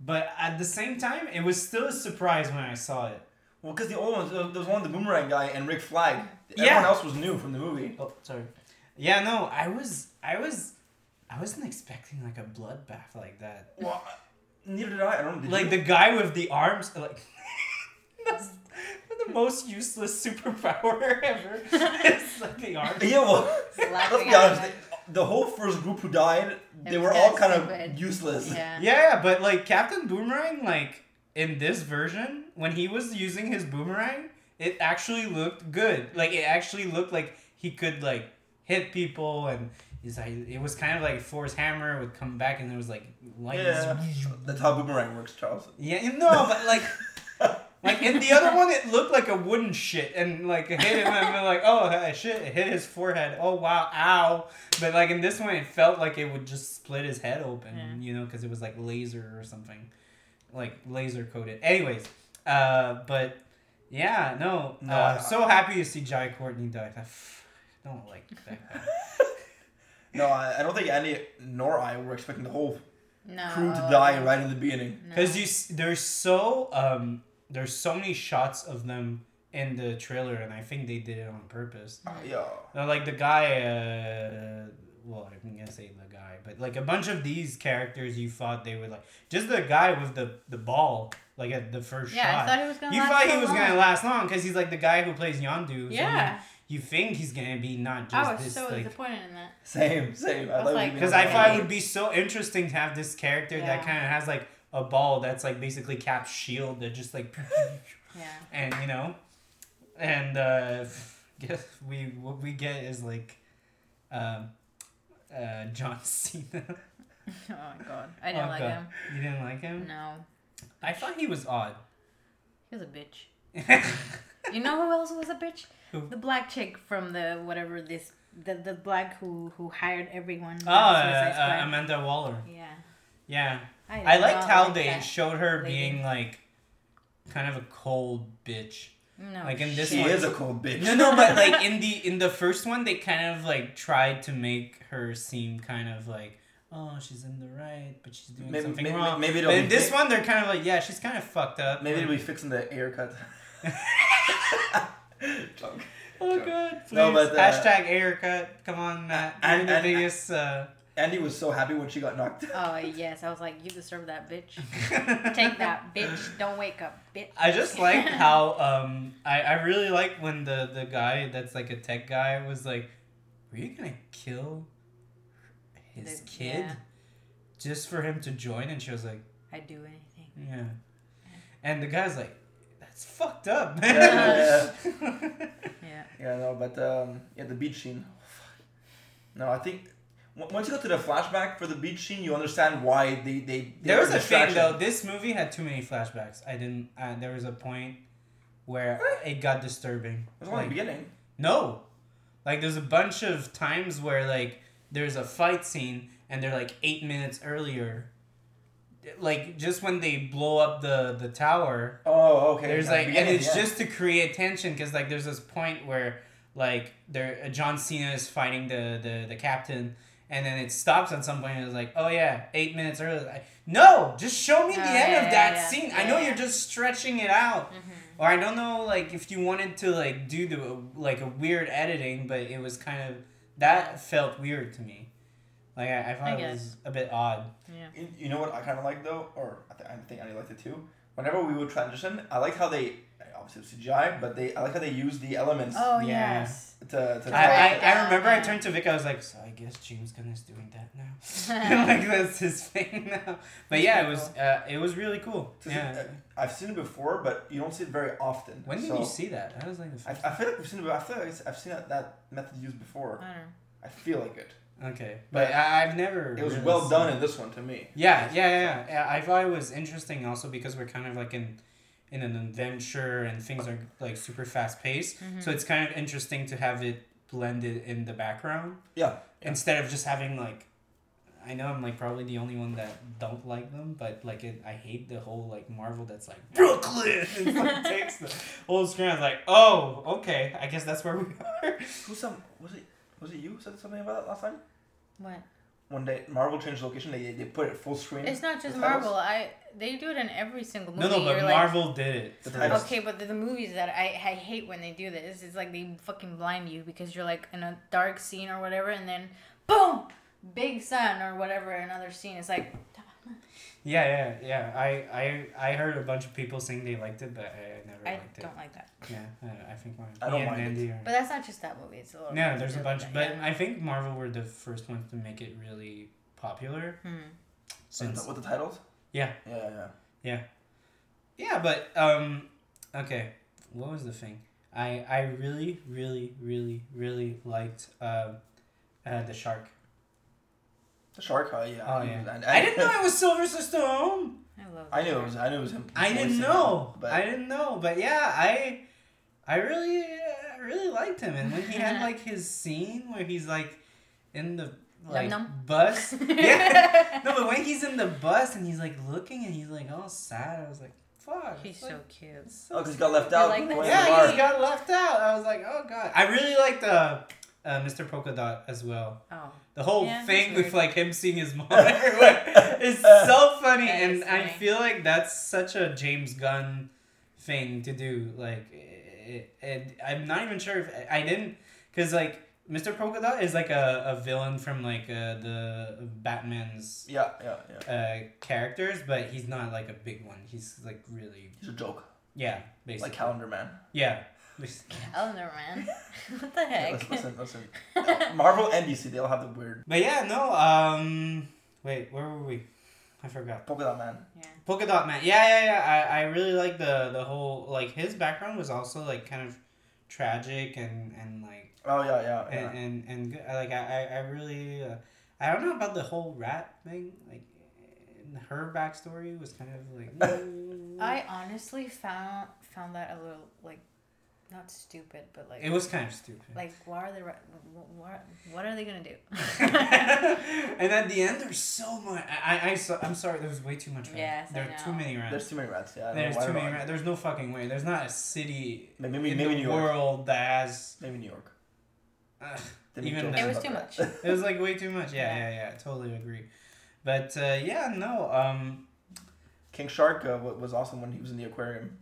[SPEAKER 1] But at the same time, it was still a surprise when I saw it.
[SPEAKER 2] Well, because the old ones, uh, there was one the boomerang guy and Rick Flag.
[SPEAKER 1] Yeah.
[SPEAKER 2] Everyone else was new from the movie.
[SPEAKER 1] Oh, sorry. Yeah, no, I was, I was, I wasn't expecting like a bloodbath like that.
[SPEAKER 2] Well, neither did I. I don't. Did
[SPEAKER 1] Like
[SPEAKER 2] you?
[SPEAKER 1] the guy with the arms, like. (laughs) that's the most useless superpower (laughs) ever. it's like the arms.
[SPEAKER 2] (laughs) Yeah, well, let's
[SPEAKER 3] laughing
[SPEAKER 2] be honest.
[SPEAKER 3] at
[SPEAKER 2] The, the whole first group who died, they
[SPEAKER 3] It
[SPEAKER 2] were
[SPEAKER 3] was
[SPEAKER 2] all
[SPEAKER 3] dead
[SPEAKER 2] kind
[SPEAKER 3] stupid.
[SPEAKER 2] of useless.
[SPEAKER 3] Yeah.
[SPEAKER 1] Yeah, but like Captain Boomerang, like in this version, when he was using his boomerang, it actually looked good. Like it actually looked like he could like hit people, and he's like it was kind of like Thor's hammer would come back, and there was like lights.
[SPEAKER 2] Yeah. That's how boomerang works, Charles.
[SPEAKER 1] Yeah, you know, but
[SPEAKER 2] (laughs)
[SPEAKER 1] like. Like in the other one, it looked like a wooden shit, and like it hit him, and I'm like, oh (laughs) uh, shit, it hit his forehead. Oh wow, ow! But like in this one, it felt like it would just split his head open,
[SPEAKER 3] Yeah.
[SPEAKER 1] you know, because it was like laser or something, like laser coated. Anyways, uh, but yeah, no,
[SPEAKER 2] No,
[SPEAKER 1] uh,
[SPEAKER 2] I-
[SPEAKER 1] so happy to see Jai Courtney die. I f- don't like that. Guy.
[SPEAKER 2] No, I, I don't think Andy nor I were expecting the whole
[SPEAKER 3] No.
[SPEAKER 2] crew to die right in the beginning.
[SPEAKER 3] No.
[SPEAKER 1] Because you s- there's so um there's so many shots of them in the trailer, and I think they did it on purpose.
[SPEAKER 2] Uh, yeah.
[SPEAKER 1] Uh, like the guy, uh, well, I'm gonna say the guy, but like a bunch of these characters, you thought they would like just the guy with the the ball, like at the first
[SPEAKER 3] Yeah, I
[SPEAKER 1] shot.
[SPEAKER 3] thought he was gonna.
[SPEAKER 1] you
[SPEAKER 3] last
[SPEAKER 1] thought
[SPEAKER 3] so
[SPEAKER 1] he was
[SPEAKER 3] long.
[SPEAKER 1] gonna last long because he's like the guy who plays Yondu. so
[SPEAKER 3] Yeah,
[SPEAKER 1] you, you think he's gonna be not just
[SPEAKER 3] I was
[SPEAKER 1] this
[SPEAKER 3] so
[SPEAKER 1] like
[SPEAKER 3] disappointed
[SPEAKER 2] (laughs)
[SPEAKER 3] in that.
[SPEAKER 2] Same, same. I
[SPEAKER 3] was
[SPEAKER 2] thought
[SPEAKER 3] like-
[SPEAKER 1] Because I thought it
[SPEAKER 3] Right.
[SPEAKER 1] would be so interesting to have this character that
[SPEAKER 3] Yeah.
[SPEAKER 1] kind of has like a ball that's like basically Cap's shield that just like, (laughs)
[SPEAKER 3] Yeah, (laughs)
[SPEAKER 1] and you know, and uh, (laughs) guess we what we get is like, um, uh, John (laughs) Cena.
[SPEAKER 3] oh my god, I didn't
[SPEAKER 1] Oh,
[SPEAKER 3] like
[SPEAKER 1] God.
[SPEAKER 3] him.
[SPEAKER 1] You didn't like him?
[SPEAKER 3] No,
[SPEAKER 1] I thought he was odd.
[SPEAKER 3] he was a bitch.
[SPEAKER 1] (laughs)
[SPEAKER 3] You know who else was a bitch?
[SPEAKER 1] Who?
[SPEAKER 3] The black chick from the whatever this the the black who who hired everyone.
[SPEAKER 1] oh, uh,
[SPEAKER 3] from Suicide
[SPEAKER 1] uh,
[SPEAKER 3] Squad.
[SPEAKER 1] Amanda Waller.
[SPEAKER 3] yeah,
[SPEAKER 1] Yeah,
[SPEAKER 3] I,
[SPEAKER 1] I
[SPEAKER 3] did
[SPEAKER 1] liked
[SPEAKER 3] not
[SPEAKER 1] how
[SPEAKER 3] like
[SPEAKER 1] they
[SPEAKER 3] that.
[SPEAKER 1] showed her
[SPEAKER 3] lady.
[SPEAKER 1] being like, kind of a cold bitch.
[SPEAKER 3] no,
[SPEAKER 1] like in this
[SPEAKER 2] She
[SPEAKER 3] shit.
[SPEAKER 1] one-
[SPEAKER 2] is a cold bitch.
[SPEAKER 1] No, no, but like in the in the first one, they kind of like tried to make her seem kind of like, oh, she's in the right, but she's doing
[SPEAKER 2] Maybe,
[SPEAKER 1] something
[SPEAKER 2] maybe,
[SPEAKER 1] wrong.
[SPEAKER 2] maybe it'll
[SPEAKER 1] but
[SPEAKER 2] be
[SPEAKER 1] in this
[SPEAKER 2] fi-
[SPEAKER 1] one, they're kind of like, yeah, she's kind of fucked up.
[SPEAKER 2] Maybe it'll be fixing the (laughs) haircut. Joke.
[SPEAKER 1] Oh
[SPEAKER 2] Sure.
[SPEAKER 1] god! Please.
[SPEAKER 2] No, but, uh,
[SPEAKER 1] hashtag haircut. Come on, Matt. You're
[SPEAKER 2] And-
[SPEAKER 1] the
[SPEAKER 2] and-
[SPEAKER 1] biggest. Uh...
[SPEAKER 2] Andy was so happy when she got knocked.
[SPEAKER 3] Oh yes, I was like, you deserve that
[SPEAKER 1] (laughs)
[SPEAKER 3] bitch. Take that bitch. Don't wake up, bitch.
[SPEAKER 1] I just like how um I, I really like when the the guy that's like a tech guy was like, "Were you gonna kill his
[SPEAKER 3] The-
[SPEAKER 1] kid
[SPEAKER 3] yeah.
[SPEAKER 1] just for him to join?" And she was like,
[SPEAKER 3] I'd do anything.
[SPEAKER 1] "Yeah," and the guy's like, "That's fucked up." (laughs) man."
[SPEAKER 2] (laughs) Yeah,
[SPEAKER 1] Mm-hmm.
[SPEAKER 3] Yeah.
[SPEAKER 2] (laughs) Yeah, no, but um, yeah, the beach scene. No, I think on- once you go to the flashback for the beach scene, you understand why they they. they
[SPEAKER 1] There
[SPEAKER 2] were
[SPEAKER 1] was a thing
[SPEAKER 2] distraction.
[SPEAKER 1] though. This movie had too many flashbacks. I didn't. Uh, there was a point where it got disturbing.
[SPEAKER 2] It was only
[SPEAKER 1] Like,
[SPEAKER 2] the beginning.
[SPEAKER 1] No. Like there's a bunch of times where like there's a fight scene and they're like 8 minutes earlier. Like just when they blow up the the tower,
[SPEAKER 2] Oh, okay.
[SPEAKER 1] there's
[SPEAKER 2] (laughs) yeah, the
[SPEAKER 1] like and
[SPEAKER 2] beginning,
[SPEAKER 1] it's
[SPEAKER 2] yeah.
[SPEAKER 1] just to create tension cuz like there's this point where like there uh, John Cena is fighting the the the captain and then it stops at some point and it's like, oh yeah, eight minutes earlier. Like, no, just show me
[SPEAKER 3] Oh,
[SPEAKER 1] the
[SPEAKER 3] yeah,
[SPEAKER 1] end
[SPEAKER 3] yeah,
[SPEAKER 1] of that
[SPEAKER 3] yeah.
[SPEAKER 1] scene.
[SPEAKER 3] Yeah, Mm-hmm.
[SPEAKER 1] I know
[SPEAKER 3] yeah.
[SPEAKER 1] you're just stretching it out. Or I don't know, like if you wanted to like do the like a weird editing, but it was kind of that felt weird to me. Like I, I
[SPEAKER 3] I
[SPEAKER 1] thought it
[SPEAKER 3] guess.
[SPEAKER 1] was a bit odd.
[SPEAKER 2] You- You know what I kind of like though, or I, th- I think I liked it too. Whenever we would transition, I liked how they obviously it's CGI, but they I like how they use the elements
[SPEAKER 3] Oh
[SPEAKER 1] Yeah.
[SPEAKER 3] yes.
[SPEAKER 2] to to.
[SPEAKER 1] I, I,
[SPEAKER 3] Right,
[SPEAKER 1] I
[SPEAKER 3] yeah,
[SPEAKER 1] remember I
[SPEAKER 3] yeah.
[SPEAKER 1] turned to Vic. I was like, "So I guess James Gunn is doing that now. (laughs) like that's his thing (laughs) now." But
[SPEAKER 3] That's
[SPEAKER 1] yeah, it
[SPEAKER 3] pretty
[SPEAKER 1] was uh, it was really cool.
[SPEAKER 2] to see-
[SPEAKER 1] Yeah.
[SPEAKER 2] uh, I've seen it before, but you don't see it very often.
[SPEAKER 1] When did
[SPEAKER 2] so
[SPEAKER 1] you see that? That was like the
[SPEAKER 2] I,
[SPEAKER 1] first.
[SPEAKER 2] I feel like we've seen it. I feel like it's- I've seen that, that method used before.
[SPEAKER 3] I don't know.
[SPEAKER 2] I feel like it.
[SPEAKER 1] okay, but I, I've never.
[SPEAKER 2] It was
[SPEAKER 1] really
[SPEAKER 2] well
[SPEAKER 1] seen
[SPEAKER 2] done
[SPEAKER 1] it.
[SPEAKER 2] in this one to me.
[SPEAKER 1] Yeah, yeah, yeah, yeah. I thought it was interesting also because we're kind of like in in an adventure and things are like super fast paced.
[SPEAKER 3] Mm-hmm.
[SPEAKER 1] So it's kind of interesting to have it blended in the background
[SPEAKER 2] Yeah.
[SPEAKER 1] instead of just having like I know I'm like probably the only one that don't like them, but like it, I hate the whole like Marvel that's
[SPEAKER 2] (laughs)
[SPEAKER 1] like Brooklyn and like takes the whole screen. I was like, oh, okay, I guess that's where we (laughs) are.
[SPEAKER 2] Who some was it? Was it you who said something about that last time?
[SPEAKER 3] What?
[SPEAKER 2] When they Marvel changed location, they, they put it full screen.
[SPEAKER 3] It's not just
[SPEAKER 2] The titles?
[SPEAKER 3] Marvel. I they do it in every single movie.
[SPEAKER 1] No, no, but
[SPEAKER 3] You're
[SPEAKER 1] Marvel did it.
[SPEAKER 2] The
[SPEAKER 1] first.
[SPEAKER 2] titles.
[SPEAKER 3] Okay, but the, the movies that I, I hate when they do this is like they fucking blind you because you're like in a dark scene or whatever, and then boom, big sun or whatever, another scene. It's like
[SPEAKER 1] Yeah, yeah, yeah. I, I, I heard a bunch of people saying they liked it, but I, I never
[SPEAKER 3] I
[SPEAKER 1] liked it.
[SPEAKER 3] don't like that.
[SPEAKER 1] Yeah, I, I think my
[SPEAKER 2] I
[SPEAKER 1] me
[SPEAKER 2] don't
[SPEAKER 1] and
[SPEAKER 2] mind it.
[SPEAKER 1] Andy are-
[SPEAKER 3] But that's not just that movie. It's a little.
[SPEAKER 1] no, there's a
[SPEAKER 3] like
[SPEAKER 1] bunch,
[SPEAKER 3] that,
[SPEAKER 1] but
[SPEAKER 3] yeah.
[SPEAKER 1] I think Marvel were the first ones to make it really popular.
[SPEAKER 3] Hmm.
[SPEAKER 2] With
[SPEAKER 1] Since
[SPEAKER 2] the, with the titles.
[SPEAKER 1] Yeah.
[SPEAKER 2] Yeah, yeah.
[SPEAKER 1] yeah, but um, okay, what was the thing? I I really really really really liked uh, uh the shark.
[SPEAKER 2] The shark. Oh yeah.
[SPEAKER 1] Oh
[SPEAKER 2] I knew
[SPEAKER 1] yeah,
[SPEAKER 2] that. And-
[SPEAKER 1] I
[SPEAKER 2] (laughs)
[SPEAKER 1] didn't know it was Silver Stallone.
[SPEAKER 3] I love.
[SPEAKER 2] I
[SPEAKER 3] that.
[SPEAKER 2] knew
[SPEAKER 3] (laughs)
[SPEAKER 2] it was. I knew it was him.
[SPEAKER 1] I didn't
[SPEAKER 2] voicing
[SPEAKER 1] know.
[SPEAKER 2] it, But
[SPEAKER 1] I didn't know, but yeah, I, I really, uh, really liked him, and when he had like his scene where he's like, in the like
[SPEAKER 3] Num-num. (laughs)
[SPEAKER 1] bus, yeah, (laughs) no, but when he's in the bus and he's like looking and he's like all sad, I was like, fuck,
[SPEAKER 3] He's so
[SPEAKER 1] like,
[SPEAKER 3] cute.
[SPEAKER 1] it's
[SPEAKER 2] oh,
[SPEAKER 1] so
[SPEAKER 2] because he got left
[SPEAKER 3] You
[SPEAKER 2] out.
[SPEAKER 3] like that?
[SPEAKER 2] going to the
[SPEAKER 1] yeah,
[SPEAKER 2] bar.
[SPEAKER 1] he got left out. I was like, oh god, I really liked uh, uh Mr. Polka Dot as well.
[SPEAKER 3] Oh,
[SPEAKER 1] The whole
[SPEAKER 3] Yeah,
[SPEAKER 1] thing
[SPEAKER 3] that's
[SPEAKER 1] with
[SPEAKER 3] weird.
[SPEAKER 1] like him seeing his
[SPEAKER 2] (laughs)
[SPEAKER 1] mom everywhere is so funny,
[SPEAKER 3] That
[SPEAKER 1] and
[SPEAKER 3] is
[SPEAKER 1] I
[SPEAKER 3] funny.
[SPEAKER 1] feel like that's such a James Gunn thing to do. Like, it, it, I'm not even sure if I didn't, because like Mr. Polka Dot is like a, a villain from like uh, the Batman's
[SPEAKER 2] Yeah, yeah, yeah.
[SPEAKER 1] uh, characters, but he's not like a big one. He's like really
[SPEAKER 2] He's a joke,
[SPEAKER 1] yeah, basically
[SPEAKER 2] like Calendar Man.
[SPEAKER 1] yeah. (laughs)
[SPEAKER 3] Elder Man. Oh, (laughs) what the
[SPEAKER 2] Yeah,
[SPEAKER 3] heck?
[SPEAKER 2] listen, listen, listen.
[SPEAKER 3] (laughs)
[SPEAKER 2] Uh, Marvel and DC, they all have the weird
[SPEAKER 1] But yeah, no. Um, wait, where were we? I forgot.
[SPEAKER 2] polka dot man.
[SPEAKER 1] Polka Dot Man. Yeah, yeah, yeah. I, I really like the the whole like his background was also like kind of tragic and and like
[SPEAKER 2] Oh yeah, yeah, yeah.
[SPEAKER 1] and and, and good. I- like I I, I really uh, I don't know about the whole rat thing. Like and her backstory was kind of like
[SPEAKER 2] (laughs)
[SPEAKER 3] I honestly found found that a little like, not stupid, but like
[SPEAKER 1] it was kind of stupid.
[SPEAKER 3] like what are they re- wh- what what are they
[SPEAKER 1] (laughs)
[SPEAKER 3] gonna do? (laughs)
[SPEAKER 1] and at the end, there's so much. I I, I so, I'm sorry. There was way too much. Rat.
[SPEAKER 3] Yes, I
[SPEAKER 1] there are too
[SPEAKER 3] know.
[SPEAKER 1] many rats.
[SPEAKER 2] There's too many rats. Yeah, I don't
[SPEAKER 1] There's
[SPEAKER 2] know why
[SPEAKER 1] too
[SPEAKER 2] they're
[SPEAKER 1] many
[SPEAKER 2] on.
[SPEAKER 1] rats. There's no fucking way. There's not a city
[SPEAKER 2] Maybe maybe,
[SPEAKER 1] in
[SPEAKER 2] maybe
[SPEAKER 1] the
[SPEAKER 2] New York.
[SPEAKER 1] world that has.
[SPEAKER 2] Maybe New York.
[SPEAKER 1] Ugh.
[SPEAKER 2] They make
[SPEAKER 1] Even
[SPEAKER 2] jokes
[SPEAKER 1] then.
[SPEAKER 3] it was
[SPEAKER 2] about
[SPEAKER 3] too
[SPEAKER 2] that.
[SPEAKER 3] much.
[SPEAKER 1] it was like way too much. Yeah, yeah, yeah. Totally agree. But uh, yeah, no. Um.
[SPEAKER 2] (laughs) King Shark uh, wa- was awesome when he was in the aquarium.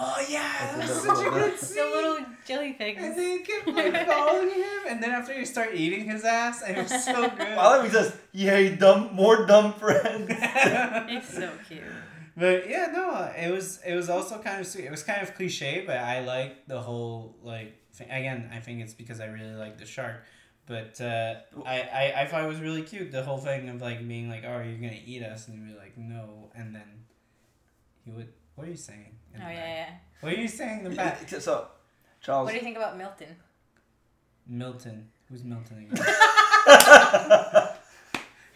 [SPEAKER 1] Oh yeah, that
[SPEAKER 2] That's
[SPEAKER 1] was
[SPEAKER 2] a
[SPEAKER 1] such a (laughs)
[SPEAKER 2] little-
[SPEAKER 1] good
[SPEAKER 3] the
[SPEAKER 1] scene.
[SPEAKER 3] little jelly
[SPEAKER 1] And
[SPEAKER 3] things.
[SPEAKER 1] they (laughs) kept like following him, and then after you start eating his ass, and it was (laughs) so good.
[SPEAKER 2] I love he says, "Yay, dumb, more dumb
[SPEAKER 1] (laughs)
[SPEAKER 2] friends."
[SPEAKER 3] (laughs) It's so cute.
[SPEAKER 1] but yeah, no, it was it was also kind of sweet. It was kind of cliche, but I like the whole like thing. again. I think it's because I really like the shark. But uh, I, I I thought it was really cute the whole thing of like being like, oh, you're gonna eat us, and you'd be like, no, and then he would. What are you saying?
[SPEAKER 3] Oh
[SPEAKER 1] in the
[SPEAKER 3] yeah,
[SPEAKER 1] back?
[SPEAKER 3] yeah.
[SPEAKER 1] What are you saying? The back.
[SPEAKER 2] (laughs) so, Charles.
[SPEAKER 3] What do you think about Milton?
[SPEAKER 1] Milton. Who's Milton
[SPEAKER 3] (laughs)
[SPEAKER 1] again?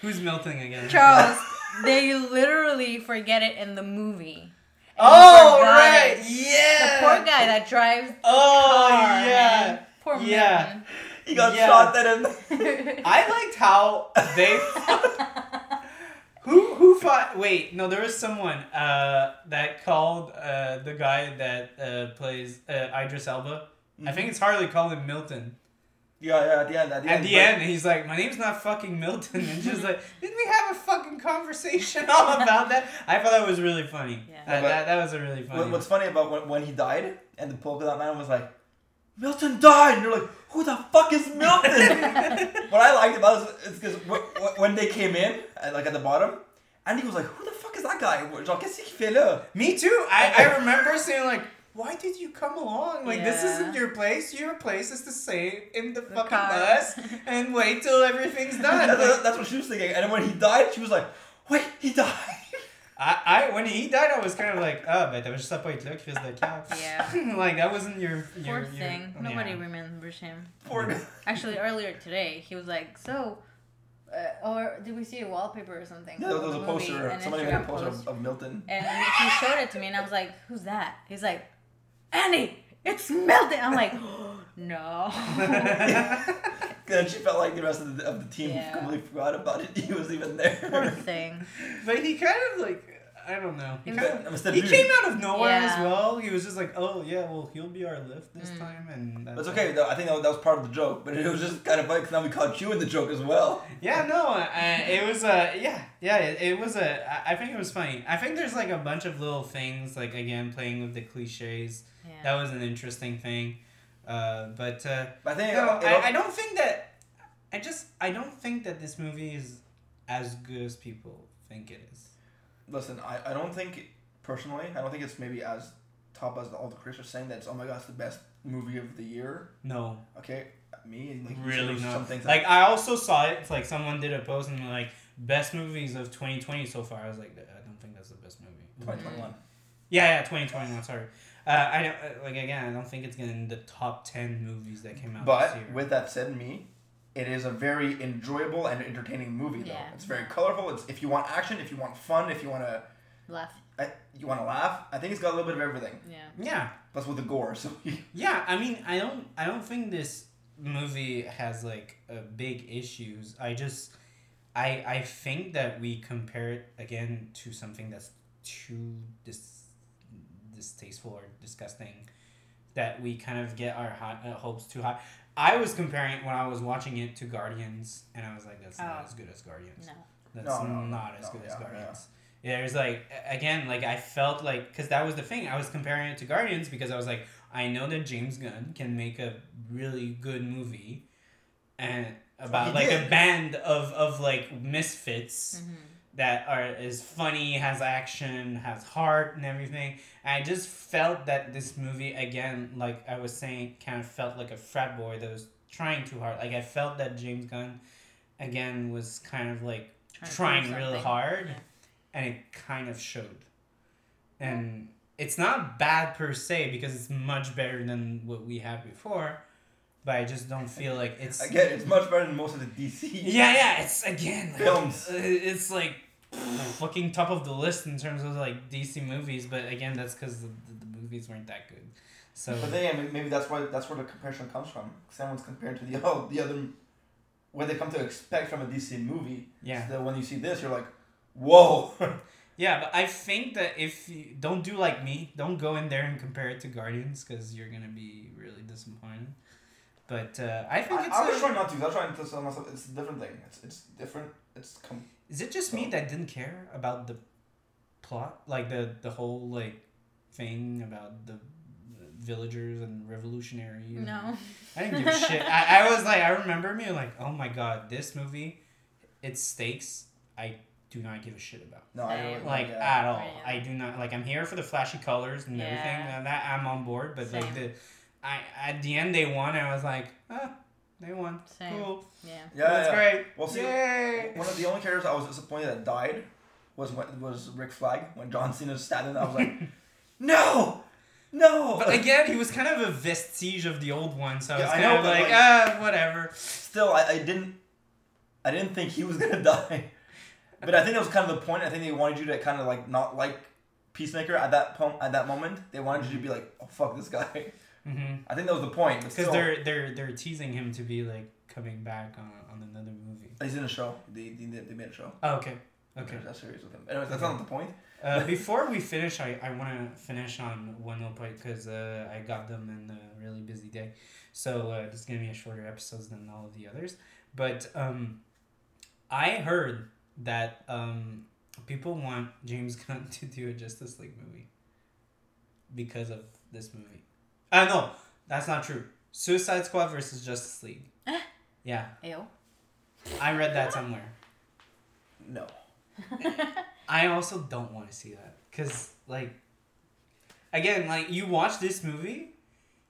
[SPEAKER 1] Who's Milton again? (laughs)
[SPEAKER 3] Charles, they literally forget it in the movie. And
[SPEAKER 1] Oh
[SPEAKER 3] forgot
[SPEAKER 1] right,
[SPEAKER 3] it. The
[SPEAKER 1] yeah.
[SPEAKER 3] poor guy that drives.
[SPEAKER 1] Oh
[SPEAKER 3] car,
[SPEAKER 1] yeah.
[SPEAKER 3] man. Poor
[SPEAKER 1] Yeah.
[SPEAKER 3] Milton.
[SPEAKER 2] he got
[SPEAKER 1] Yeah.
[SPEAKER 2] shot that in.
[SPEAKER 3] Yeah.
[SPEAKER 1] (laughs)
[SPEAKER 3] (laughs)
[SPEAKER 1] I liked how they. (laughs) who who fought? Wait, no, there was someone uh, that called uh, the guy that uh, plays uh, Idris Elba. I think it's hardly called him Milton.
[SPEAKER 2] (laughs) Yeah, yeah, at the end. At the
[SPEAKER 1] At
[SPEAKER 2] end,
[SPEAKER 1] the
[SPEAKER 2] but-
[SPEAKER 1] end, he's like, "My name's not fucking Milton," and just like, "Did we have a fucking conversation all about that?" I thought that was really funny.
[SPEAKER 3] Yeah.
[SPEAKER 1] That,
[SPEAKER 2] But-
[SPEAKER 1] that, that was a really
[SPEAKER 2] What,
[SPEAKER 1] funny.
[SPEAKER 2] what's funny about when, when he died and the polka dot man was like, Milton died, and you're like, who the fuck is (laughs) Milton? what I liked about it is because when they came in, at, like at the bottom, Andy was like, who the fuck is that guy? Genre, qu'est-ce qu'il fait là?
[SPEAKER 1] Me too. I, I remember saying like, "Why did you come along? Like this
[SPEAKER 3] Yeah.
[SPEAKER 1] isn't your place. Your place is to stay in the, fucking
[SPEAKER 3] car. (laughs)
[SPEAKER 1] bus and wait till everything's done."
[SPEAKER 2] That's,
[SPEAKER 1] Like,
[SPEAKER 2] that's- that's what she was thinking. And then when he died, she was like, wait, he died.
[SPEAKER 1] (laughs)
[SPEAKER 2] (laughs)
[SPEAKER 1] I, I when he died, I was kind of like, "Oh, but there was just a point look." She was like, "Yeah."
[SPEAKER 3] Yeah.
[SPEAKER 1] (laughs) like that wasn't your your,
[SPEAKER 3] Poor
[SPEAKER 1] your-
[SPEAKER 3] thing. Nobody
[SPEAKER 1] (laughs) yeah.
[SPEAKER 3] remembers him.
[SPEAKER 2] Poor guy.
[SPEAKER 3] Actually, earlier today, he was like, "So, uh, or did we see a wallpaper or something?"
[SPEAKER 2] Yeah, there
[SPEAKER 3] of
[SPEAKER 2] was a
[SPEAKER 3] the movie,
[SPEAKER 2] poster.
[SPEAKER 3] an
[SPEAKER 2] Somebody made a
[SPEAKER 3] Instagram
[SPEAKER 2] poster
[SPEAKER 3] post.
[SPEAKER 2] of, of Milton.
[SPEAKER 3] And he showed it to me, and I was like, "Who's that?" He's like, "Annie, it's melted." I'm like, (gasps)
[SPEAKER 1] (laughs)
[SPEAKER 3] "No."
[SPEAKER 2] And she felt like the rest of the, of the team
[SPEAKER 3] Yeah.
[SPEAKER 2] completely forgot about it. (laughs) He was even (laughs)
[SPEAKER 3] Poor
[SPEAKER 2] there.
[SPEAKER 3] thing.
[SPEAKER 1] but he kind of like I don't know. He,
[SPEAKER 3] It
[SPEAKER 1] kind
[SPEAKER 3] was-
[SPEAKER 1] of,
[SPEAKER 2] That was
[SPEAKER 1] (laughs)
[SPEAKER 2] the
[SPEAKER 1] he
[SPEAKER 2] dude.
[SPEAKER 1] came out of nowhere as
[SPEAKER 3] Yeah.
[SPEAKER 1] well. He was just like, "Oh yeah, well he'll be our lift this
[SPEAKER 3] Mm.
[SPEAKER 1] time," and
[SPEAKER 2] That's okay. though. I think that was, that was part of the joke, but it was just kind of funny 'cause now we caught you in the joke as well.
[SPEAKER 1] Yeah, no, uh, it was uh, yeah, yeah, it, it was a. I I think it was funny. I think there's like a bunch of little things, like again playing with the cliches.
[SPEAKER 3] Yeah.
[SPEAKER 1] That was an interesting thing, uh, but uh,
[SPEAKER 2] But I think
[SPEAKER 1] no,
[SPEAKER 2] it-
[SPEAKER 1] I, I don't think that. I just I don't think that this movie is as good as people think it is.
[SPEAKER 2] listen. I, I don't think personally. I don't think it's maybe as top as all the critics are saying that it's oh my god, it's the best movie of the year.
[SPEAKER 1] No,
[SPEAKER 2] Okay, me like you said,
[SPEAKER 1] really
[SPEAKER 2] there's
[SPEAKER 1] not.
[SPEAKER 2] some things
[SPEAKER 1] like I also saw it. It's like someone did a post and like best movies of 2020 so far. I was like, I don't think that's the best movie.
[SPEAKER 2] twenty twenty one.
[SPEAKER 1] Yeah, yeah, 2021. Sorry. Uh, I don't uh, like again. I don't think it's gonna in the top ten movies that came out. this year.
[SPEAKER 2] But with that said, me, it is a very enjoyable and entertaining movie. Though
[SPEAKER 3] Yeah.
[SPEAKER 2] it's very colorful. It's if you want action, if you want fun, if you want to,
[SPEAKER 3] Left.
[SPEAKER 2] you want to laugh. I think it's got a little bit of everything.
[SPEAKER 3] Yeah.
[SPEAKER 1] yeah,
[SPEAKER 2] Plus with the gore, (laughs) so
[SPEAKER 1] yeah. I mean, I don't. I don't think this movie has like uh, big issues. I just, I, I think that we compare it again to something that's too dis, distasteful or disgusting, that we kind of get our high, uh, hopes too high. I was comparing it when I was watching it to Guardians, and I was like, that's not
[SPEAKER 3] Oh.
[SPEAKER 1] as good as Guardians.
[SPEAKER 3] No.
[SPEAKER 1] That's
[SPEAKER 2] No, no, no,
[SPEAKER 1] not as
[SPEAKER 2] no,
[SPEAKER 1] good as
[SPEAKER 2] yeah,
[SPEAKER 1] Guardians. There's like a- again, like I felt like because that was the thing. I was comparing it to Guardians because I was like, I know that James Gunn can make a really good movie, and about
[SPEAKER 2] he
[SPEAKER 1] like a
[SPEAKER 2] did.
[SPEAKER 1] band of of like misfits
[SPEAKER 3] hmm
[SPEAKER 1] that are is funny, has action, has heart, and everything. I just felt that this movie again, like I was saying, kind of felt like a frat boy that was trying too hard. Like I felt that James Gunn, again, was kind of like trying really hard
[SPEAKER 3] Yeah.
[SPEAKER 1] and it kind of showed and it's not bad per se because it's much better than what we had before but i just don't feel like it's
[SPEAKER 2] again, it's much better than most of the DC.
[SPEAKER 1] yeah yeah it's again like,
[SPEAKER 2] Films.
[SPEAKER 1] uh, it's like fucking top of the list in terms of like dc movies but again that's because the, the, the movies weren't that good so
[SPEAKER 2] But then yeah, may- maybe that's why that's where the comparison comes from. Someone's comparing to the (laughs) oh the other what they come to expect from a DC movie.
[SPEAKER 1] yeah
[SPEAKER 2] So then when you see this, you're like,
[SPEAKER 1] (laughs)
[SPEAKER 2] whoa.
[SPEAKER 1] yeah but i think that if you don't do like me don't go in there and compare it to guardians because you're gonna be really disappointed but uh, i
[SPEAKER 2] I,
[SPEAKER 1] think it's
[SPEAKER 2] I
[SPEAKER 1] a-
[SPEAKER 2] was trying not to. 'cause I was trying to tell myself it's a different thing. It's it's different. It's com-
[SPEAKER 1] Is it just me
[SPEAKER 2] So-
[SPEAKER 1] that didn't care about the plot, like the the whole like thing about the villagers and revolutionaries? and-
[SPEAKER 3] No.
[SPEAKER 1] I didn't give a shit. I, I was like, I remember me like, oh my god, this movie, its stakes, I do not give a shit about.
[SPEAKER 2] no, I
[SPEAKER 3] Same.
[SPEAKER 2] don't
[SPEAKER 1] Like uh,
[SPEAKER 2] yeah.
[SPEAKER 1] at all,
[SPEAKER 3] Right,
[SPEAKER 1] I do not like. I'm here for the flashy colors and everything.
[SPEAKER 3] Yeah.
[SPEAKER 1] And that I'm on board, but like the,
[SPEAKER 3] Same.
[SPEAKER 1] I at the end they won. I was like, ah, they won.
[SPEAKER 3] Same.
[SPEAKER 1] Cool.
[SPEAKER 3] Yeah.
[SPEAKER 2] yeah,
[SPEAKER 1] That's
[SPEAKER 2] yeah.
[SPEAKER 1] great.
[SPEAKER 2] Well, see, (laughs)
[SPEAKER 1] Yay.
[SPEAKER 2] One of the only characters I was disappointed that died was when, was Rick Flag when John Cena stabbed him. I
[SPEAKER 1] (laughs)
[SPEAKER 2] was like, no, no.
[SPEAKER 1] But again, he was kind of a vestige of the old one, so
[SPEAKER 2] Yeah,
[SPEAKER 1] it's
[SPEAKER 2] I
[SPEAKER 1] kind
[SPEAKER 2] know,
[SPEAKER 1] of
[SPEAKER 2] but
[SPEAKER 1] like,
[SPEAKER 2] like-
[SPEAKER 1] ah, whatever.
[SPEAKER 2] still I, I didn't I didn't think he was (laughs) gonna die. But I think that was kind of the point. I think they wanted you to kind of like not like Peacemaker at that point at that moment. They wanted you to be like, oh fuck this guy. (laughs)
[SPEAKER 1] Mm-hmm. Because
[SPEAKER 2] I think that was the point. Because
[SPEAKER 1] they're they're they're teasing him to be like coming back on, on another movie.
[SPEAKER 2] he's in a show. They, they, they made a show.
[SPEAKER 1] Oh, okay, okay.
[SPEAKER 2] There's a series with him. Anyways, that's not the point.
[SPEAKER 1] Uh, before we finish, I, I want to finish on one little point because uh, I got them in a really busy day. So uh, this is going to be a shorter episode than all of the others. But um, I heard that um, people want James (laughs) Gunn to do a Justice League movie because of this movie. Uh, no, that's not true. Suicide Squad versus Justice League. yeah,
[SPEAKER 3] Ew.
[SPEAKER 1] I read that somewhere.
[SPEAKER 2] No.
[SPEAKER 1] I also don't want to see that because like again like you watch this movie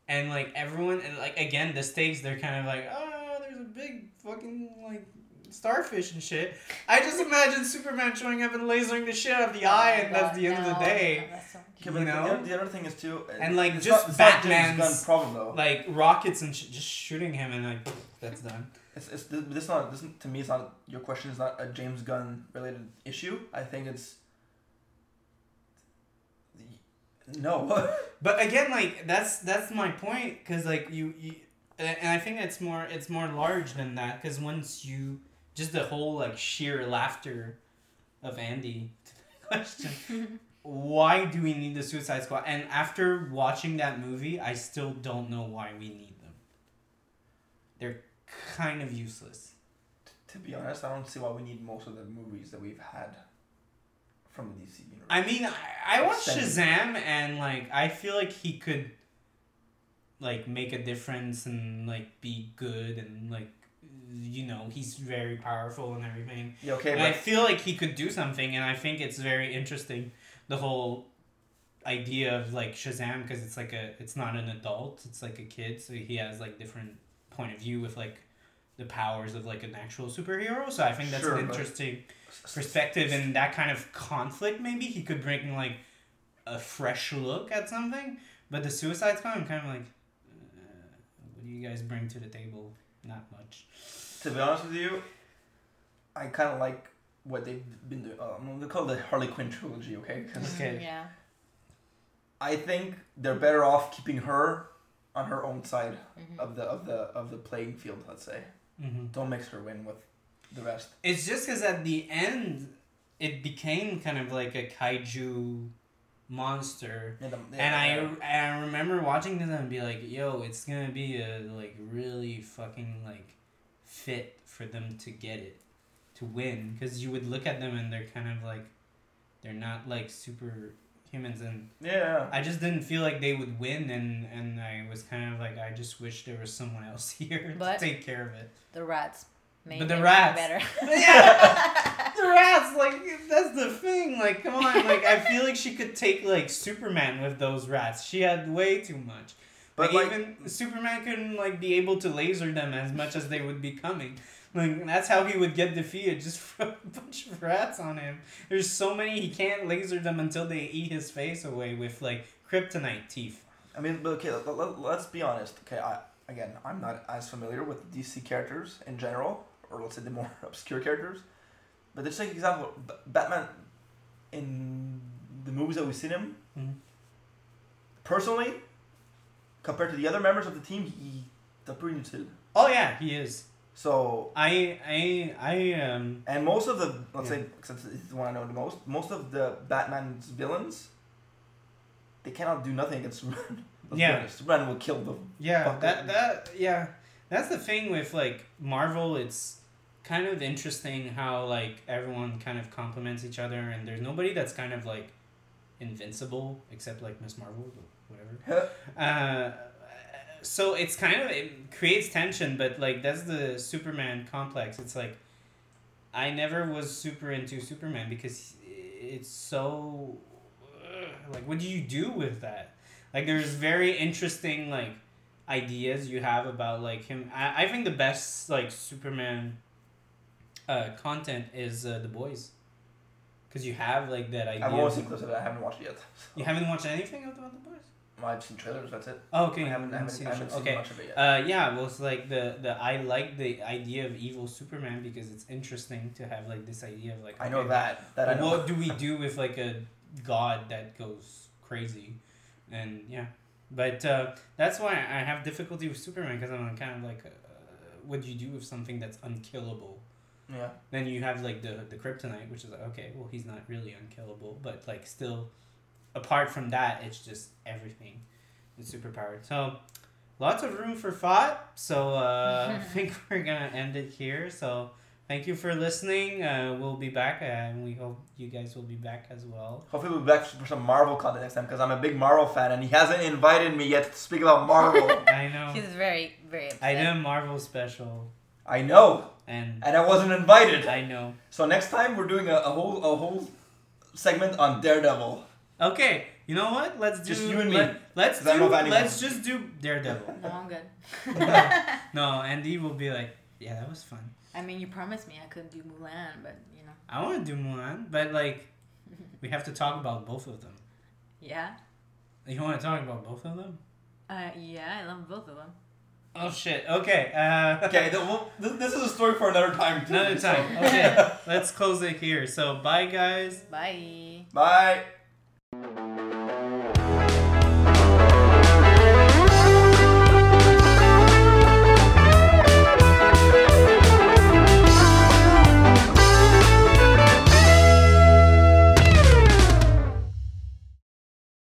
[SPEAKER 1] and like everyone and like again the stakes they're kind of like oh there's a big fucking like starfish and shit I just imagine Superman showing up and lasering the shit out of the eye and that's the end of the
[SPEAKER 3] Oh No,
[SPEAKER 1] day
[SPEAKER 3] no, that's not-
[SPEAKER 2] Okay, but
[SPEAKER 1] You
[SPEAKER 2] the-
[SPEAKER 1] know?
[SPEAKER 2] The, other thing is too, uh,
[SPEAKER 1] And, like,
[SPEAKER 2] it's
[SPEAKER 1] just
[SPEAKER 2] not, it's not James
[SPEAKER 1] Batman's-
[SPEAKER 2] Gunn's problem though.
[SPEAKER 1] like rockets and sh- just shooting him and like that's done
[SPEAKER 2] It's, it's this, this not this to me is not your question is not a James Gunn related issue. I think it's no. (laughs)
[SPEAKER 1] but again like that's that's my point because like you, you and and i think it's more it's more large than that because once you just the whole like sheer laughter of andy to (laughs) the question why do we need the suicide squad and after watching that movie i still don't know why we need them they're kind of useless
[SPEAKER 2] to be honest, I don't see why we need most of the movies that we've had from the DC universe.
[SPEAKER 1] i mean i, I watched shazam and like i feel like he could like make a difference and like be good and like you know he's very powerful and everything
[SPEAKER 2] yeah, okay,
[SPEAKER 1] And I
[SPEAKER 2] but
[SPEAKER 1] feel like he could do something, and I think it's very interesting the whole idea of like Shazam because it's like a it's not an adult, it's like a kid, so he has like different point of view with like the powers of like an actual superhero. So I think that's
[SPEAKER 2] Sure,
[SPEAKER 1] an
[SPEAKER 2] but-
[SPEAKER 1] interesting perspective and that kind of conflict. Maybe he could bring like a fresh look at something, but the Suicide Squad, I'm kind of like, uh, what do you guys bring to the table? Not much.
[SPEAKER 2] to be honest with you, I kind of like what they've been doing. Uh, I'm gonna call it the Harley Quinn trilogy, okay? 'Cause
[SPEAKER 1] Okay.
[SPEAKER 3] Yeah.
[SPEAKER 2] I think they're better off keeping her on her own side
[SPEAKER 3] Mhm.
[SPEAKER 2] of the of the of the playing field. Let's say
[SPEAKER 1] Mm-hmm.
[SPEAKER 2] don't mix her in with the rest.
[SPEAKER 1] It's just because at the end, it became kind of like a kaiju monster.
[SPEAKER 2] Yeah, the-
[SPEAKER 1] and I,
[SPEAKER 2] yeah.
[SPEAKER 1] and I remember watching this and be like, yo, it's gonna be a like really fucking like fit for them to get it to win because you would look at them and they're kind of like they're not like super humans and
[SPEAKER 2] Yeah.
[SPEAKER 1] I just didn't feel like they would win and and I was kind of like I just wish there was someone else (laughs) here
[SPEAKER 3] But-
[SPEAKER 1] to take care of it.
[SPEAKER 3] The rats. Made
[SPEAKER 1] But the
[SPEAKER 3] it
[SPEAKER 1] rats-
[SPEAKER 3] Better.
[SPEAKER 1] (laughs)
[SPEAKER 3] (laughs)
[SPEAKER 1] Yeah, the rats. Like that's the thing. Like come on. Like I feel like she could take like Superman with those rats. She had way too much.
[SPEAKER 2] But,
[SPEAKER 1] But
[SPEAKER 2] like-
[SPEAKER 1] even Superman couldn't like be able to laser them as much as they would be coming. Like that's how he would get defeated just (laughs) from a bunch of rats on him. There's so many he can't laser them until they eat his face away with like kryptonite teeth.
[SPEAKER 2] I mean, but okay, let, let, let's be honest. Okay, I, again, I'm not as familiar with DC characters in general, or let's say the more (laughs) obscure characters. But just like example, B- Batman, in the movies that we've seen him,
[SPEAKER 1] Mhm.
[SPEAKER 2] personally, compared to the other members of the team, he, they're pretty neutral.
[SPEAKER 1] Oh yeah, he is.
[SPEAKER 2] So,
[SPEAKER 1] I I I um
[SPEAKER 2] and most of the, let's
[SPEAKER 1] Yeah.
[SPEAKER 2] say, since it's the one I know the most, most of the Batman's villains, they cannot do nothing against (laughs) Superman. Let's be
[SPEAKER 1] Yeah.
[SPEAKER 2] honest, Superman will kill them.
[SPEAKER 1] Yeah,
[SPEAKER 2] Fuck
[SPEAKER 1] that
[SPEAKER 2] it.
[SPEAKER 1] that yeah, that's the thing with like Marvel. It's kind of interesting how like everyone kind of complements each other, and there's nobody that's kind of like invincible except like Miss Marvel or whatever. uh, so it's kind of it creates tension, but like that's the Superman complex. It's like I never was super into Superman because it's so ugh, like what do you do with that? Like there's very interesting like ideas you have about like him. I, I think the best like Superman uh, content is uh, the boys because you have like that idea.
[SPEAKER 2] I've always seen clips of it. I haven't watched it yet.
[SPEAKER 1] you haven't watched anything about the boys.
[SPEAKER 2] Well, I've seen trailers. That's it.
[SPEAKER 1] Oh, okay.
[SPEAKER 2] I haven't, I haven't,
[SPEAKER 1] seen
[SPEAKER 2] I haven't
[SPEAKER 1] it.
[SPEAKER 2] seen
[SPEAKER 1] okay.
[SPEAKER 2] much of it yet.
[SPEAKER 1] Uh, yeah, well, it's like the, the I like the idea of evil Superman because it's interesting to have like this idea of like
[SPEAKER 2] I know
[SPEAKER 1] okay,
[SPEAKER 2] that. That I know.
[SPEAKER 1] What do we do with like a god that goes crazy, and yeah, but uh, that's why I have difficulty with Superman because I'm kind of like, uh, what do you do with something that's unkillable?
[SPEAKER 2] Yeah.
[SPEAKER 1] Then you have like the the kryptonite, which is like, okay, well he's not really unkillable, but like still, apart from that, it's just everything, is superpowered. So, lots of room for thought. So
[SPEAKER 3] (laughs)
[SPEAKER 1] uh, I think we're gonna end it here. So thank you for listening. Uh, we'll be back, uh, and we hope you guys will be back as well.
[SPEAKER 2] Hopefully we'll be back for some Marvel content next time because I'm a big Marvel fan and he hasn't invited me yet to speak
[SPEAKER 1] (laughs)
[SPEAKER 2] about Marvel.
[SPEAKER 1] I know.
[SPEAKER 3] He's very, very upset.
[SPEAKER 1] I did a Marvel special,
[SPEAKER 2] I know,
[SPEAKER 1] and
[SPEAKER 2] and I wasn't invited.
[SPEAKER 1] I know.
[SPEAKER 2] So next time we're doing a, a whole a whole segment on Daredevil.
[SPEAKER 1] Okay, you know what? Let's do
[SPEAKER 2] Just you and me.
[SPEAKER 1] Let, us
[SPEAKER 2] 'Cause I don't
[SPEAKER 1] do.
[SPEAKER 2] know if anyone-
[SPEAKER 1] Let's just do Daredevil.
[SPEAKER 3] No, I'm good. (laughs)
[SPEAKER 1] No, Andy will be like, yeah, that was fun.
[SPEAKER 3] I mean, you promised me I could do Mulan, but you know,
[SPEAKER 1] I want to do Mulan, but like, we have to talk about both of them.
[SPEAKER 3] yeah,
[SPEAKER 1] You want to talk about both of them?
[SPEAKER 3] uh, yeah, I love both of them.
[SPEAKER 1] Oh shit. Okay. (laughs) Uh,
[SPEAKER 2] Okay, th- well, th- this is a story for another time. Too,
[SPEAKER 1] Another (laughs)
[SPEAKER 2] so-
[SPEAKER 1] time. Okay. let's close it here. So bye, guys.
[SPEAKER 3] Bye.
[SPEAKER 2] Bye.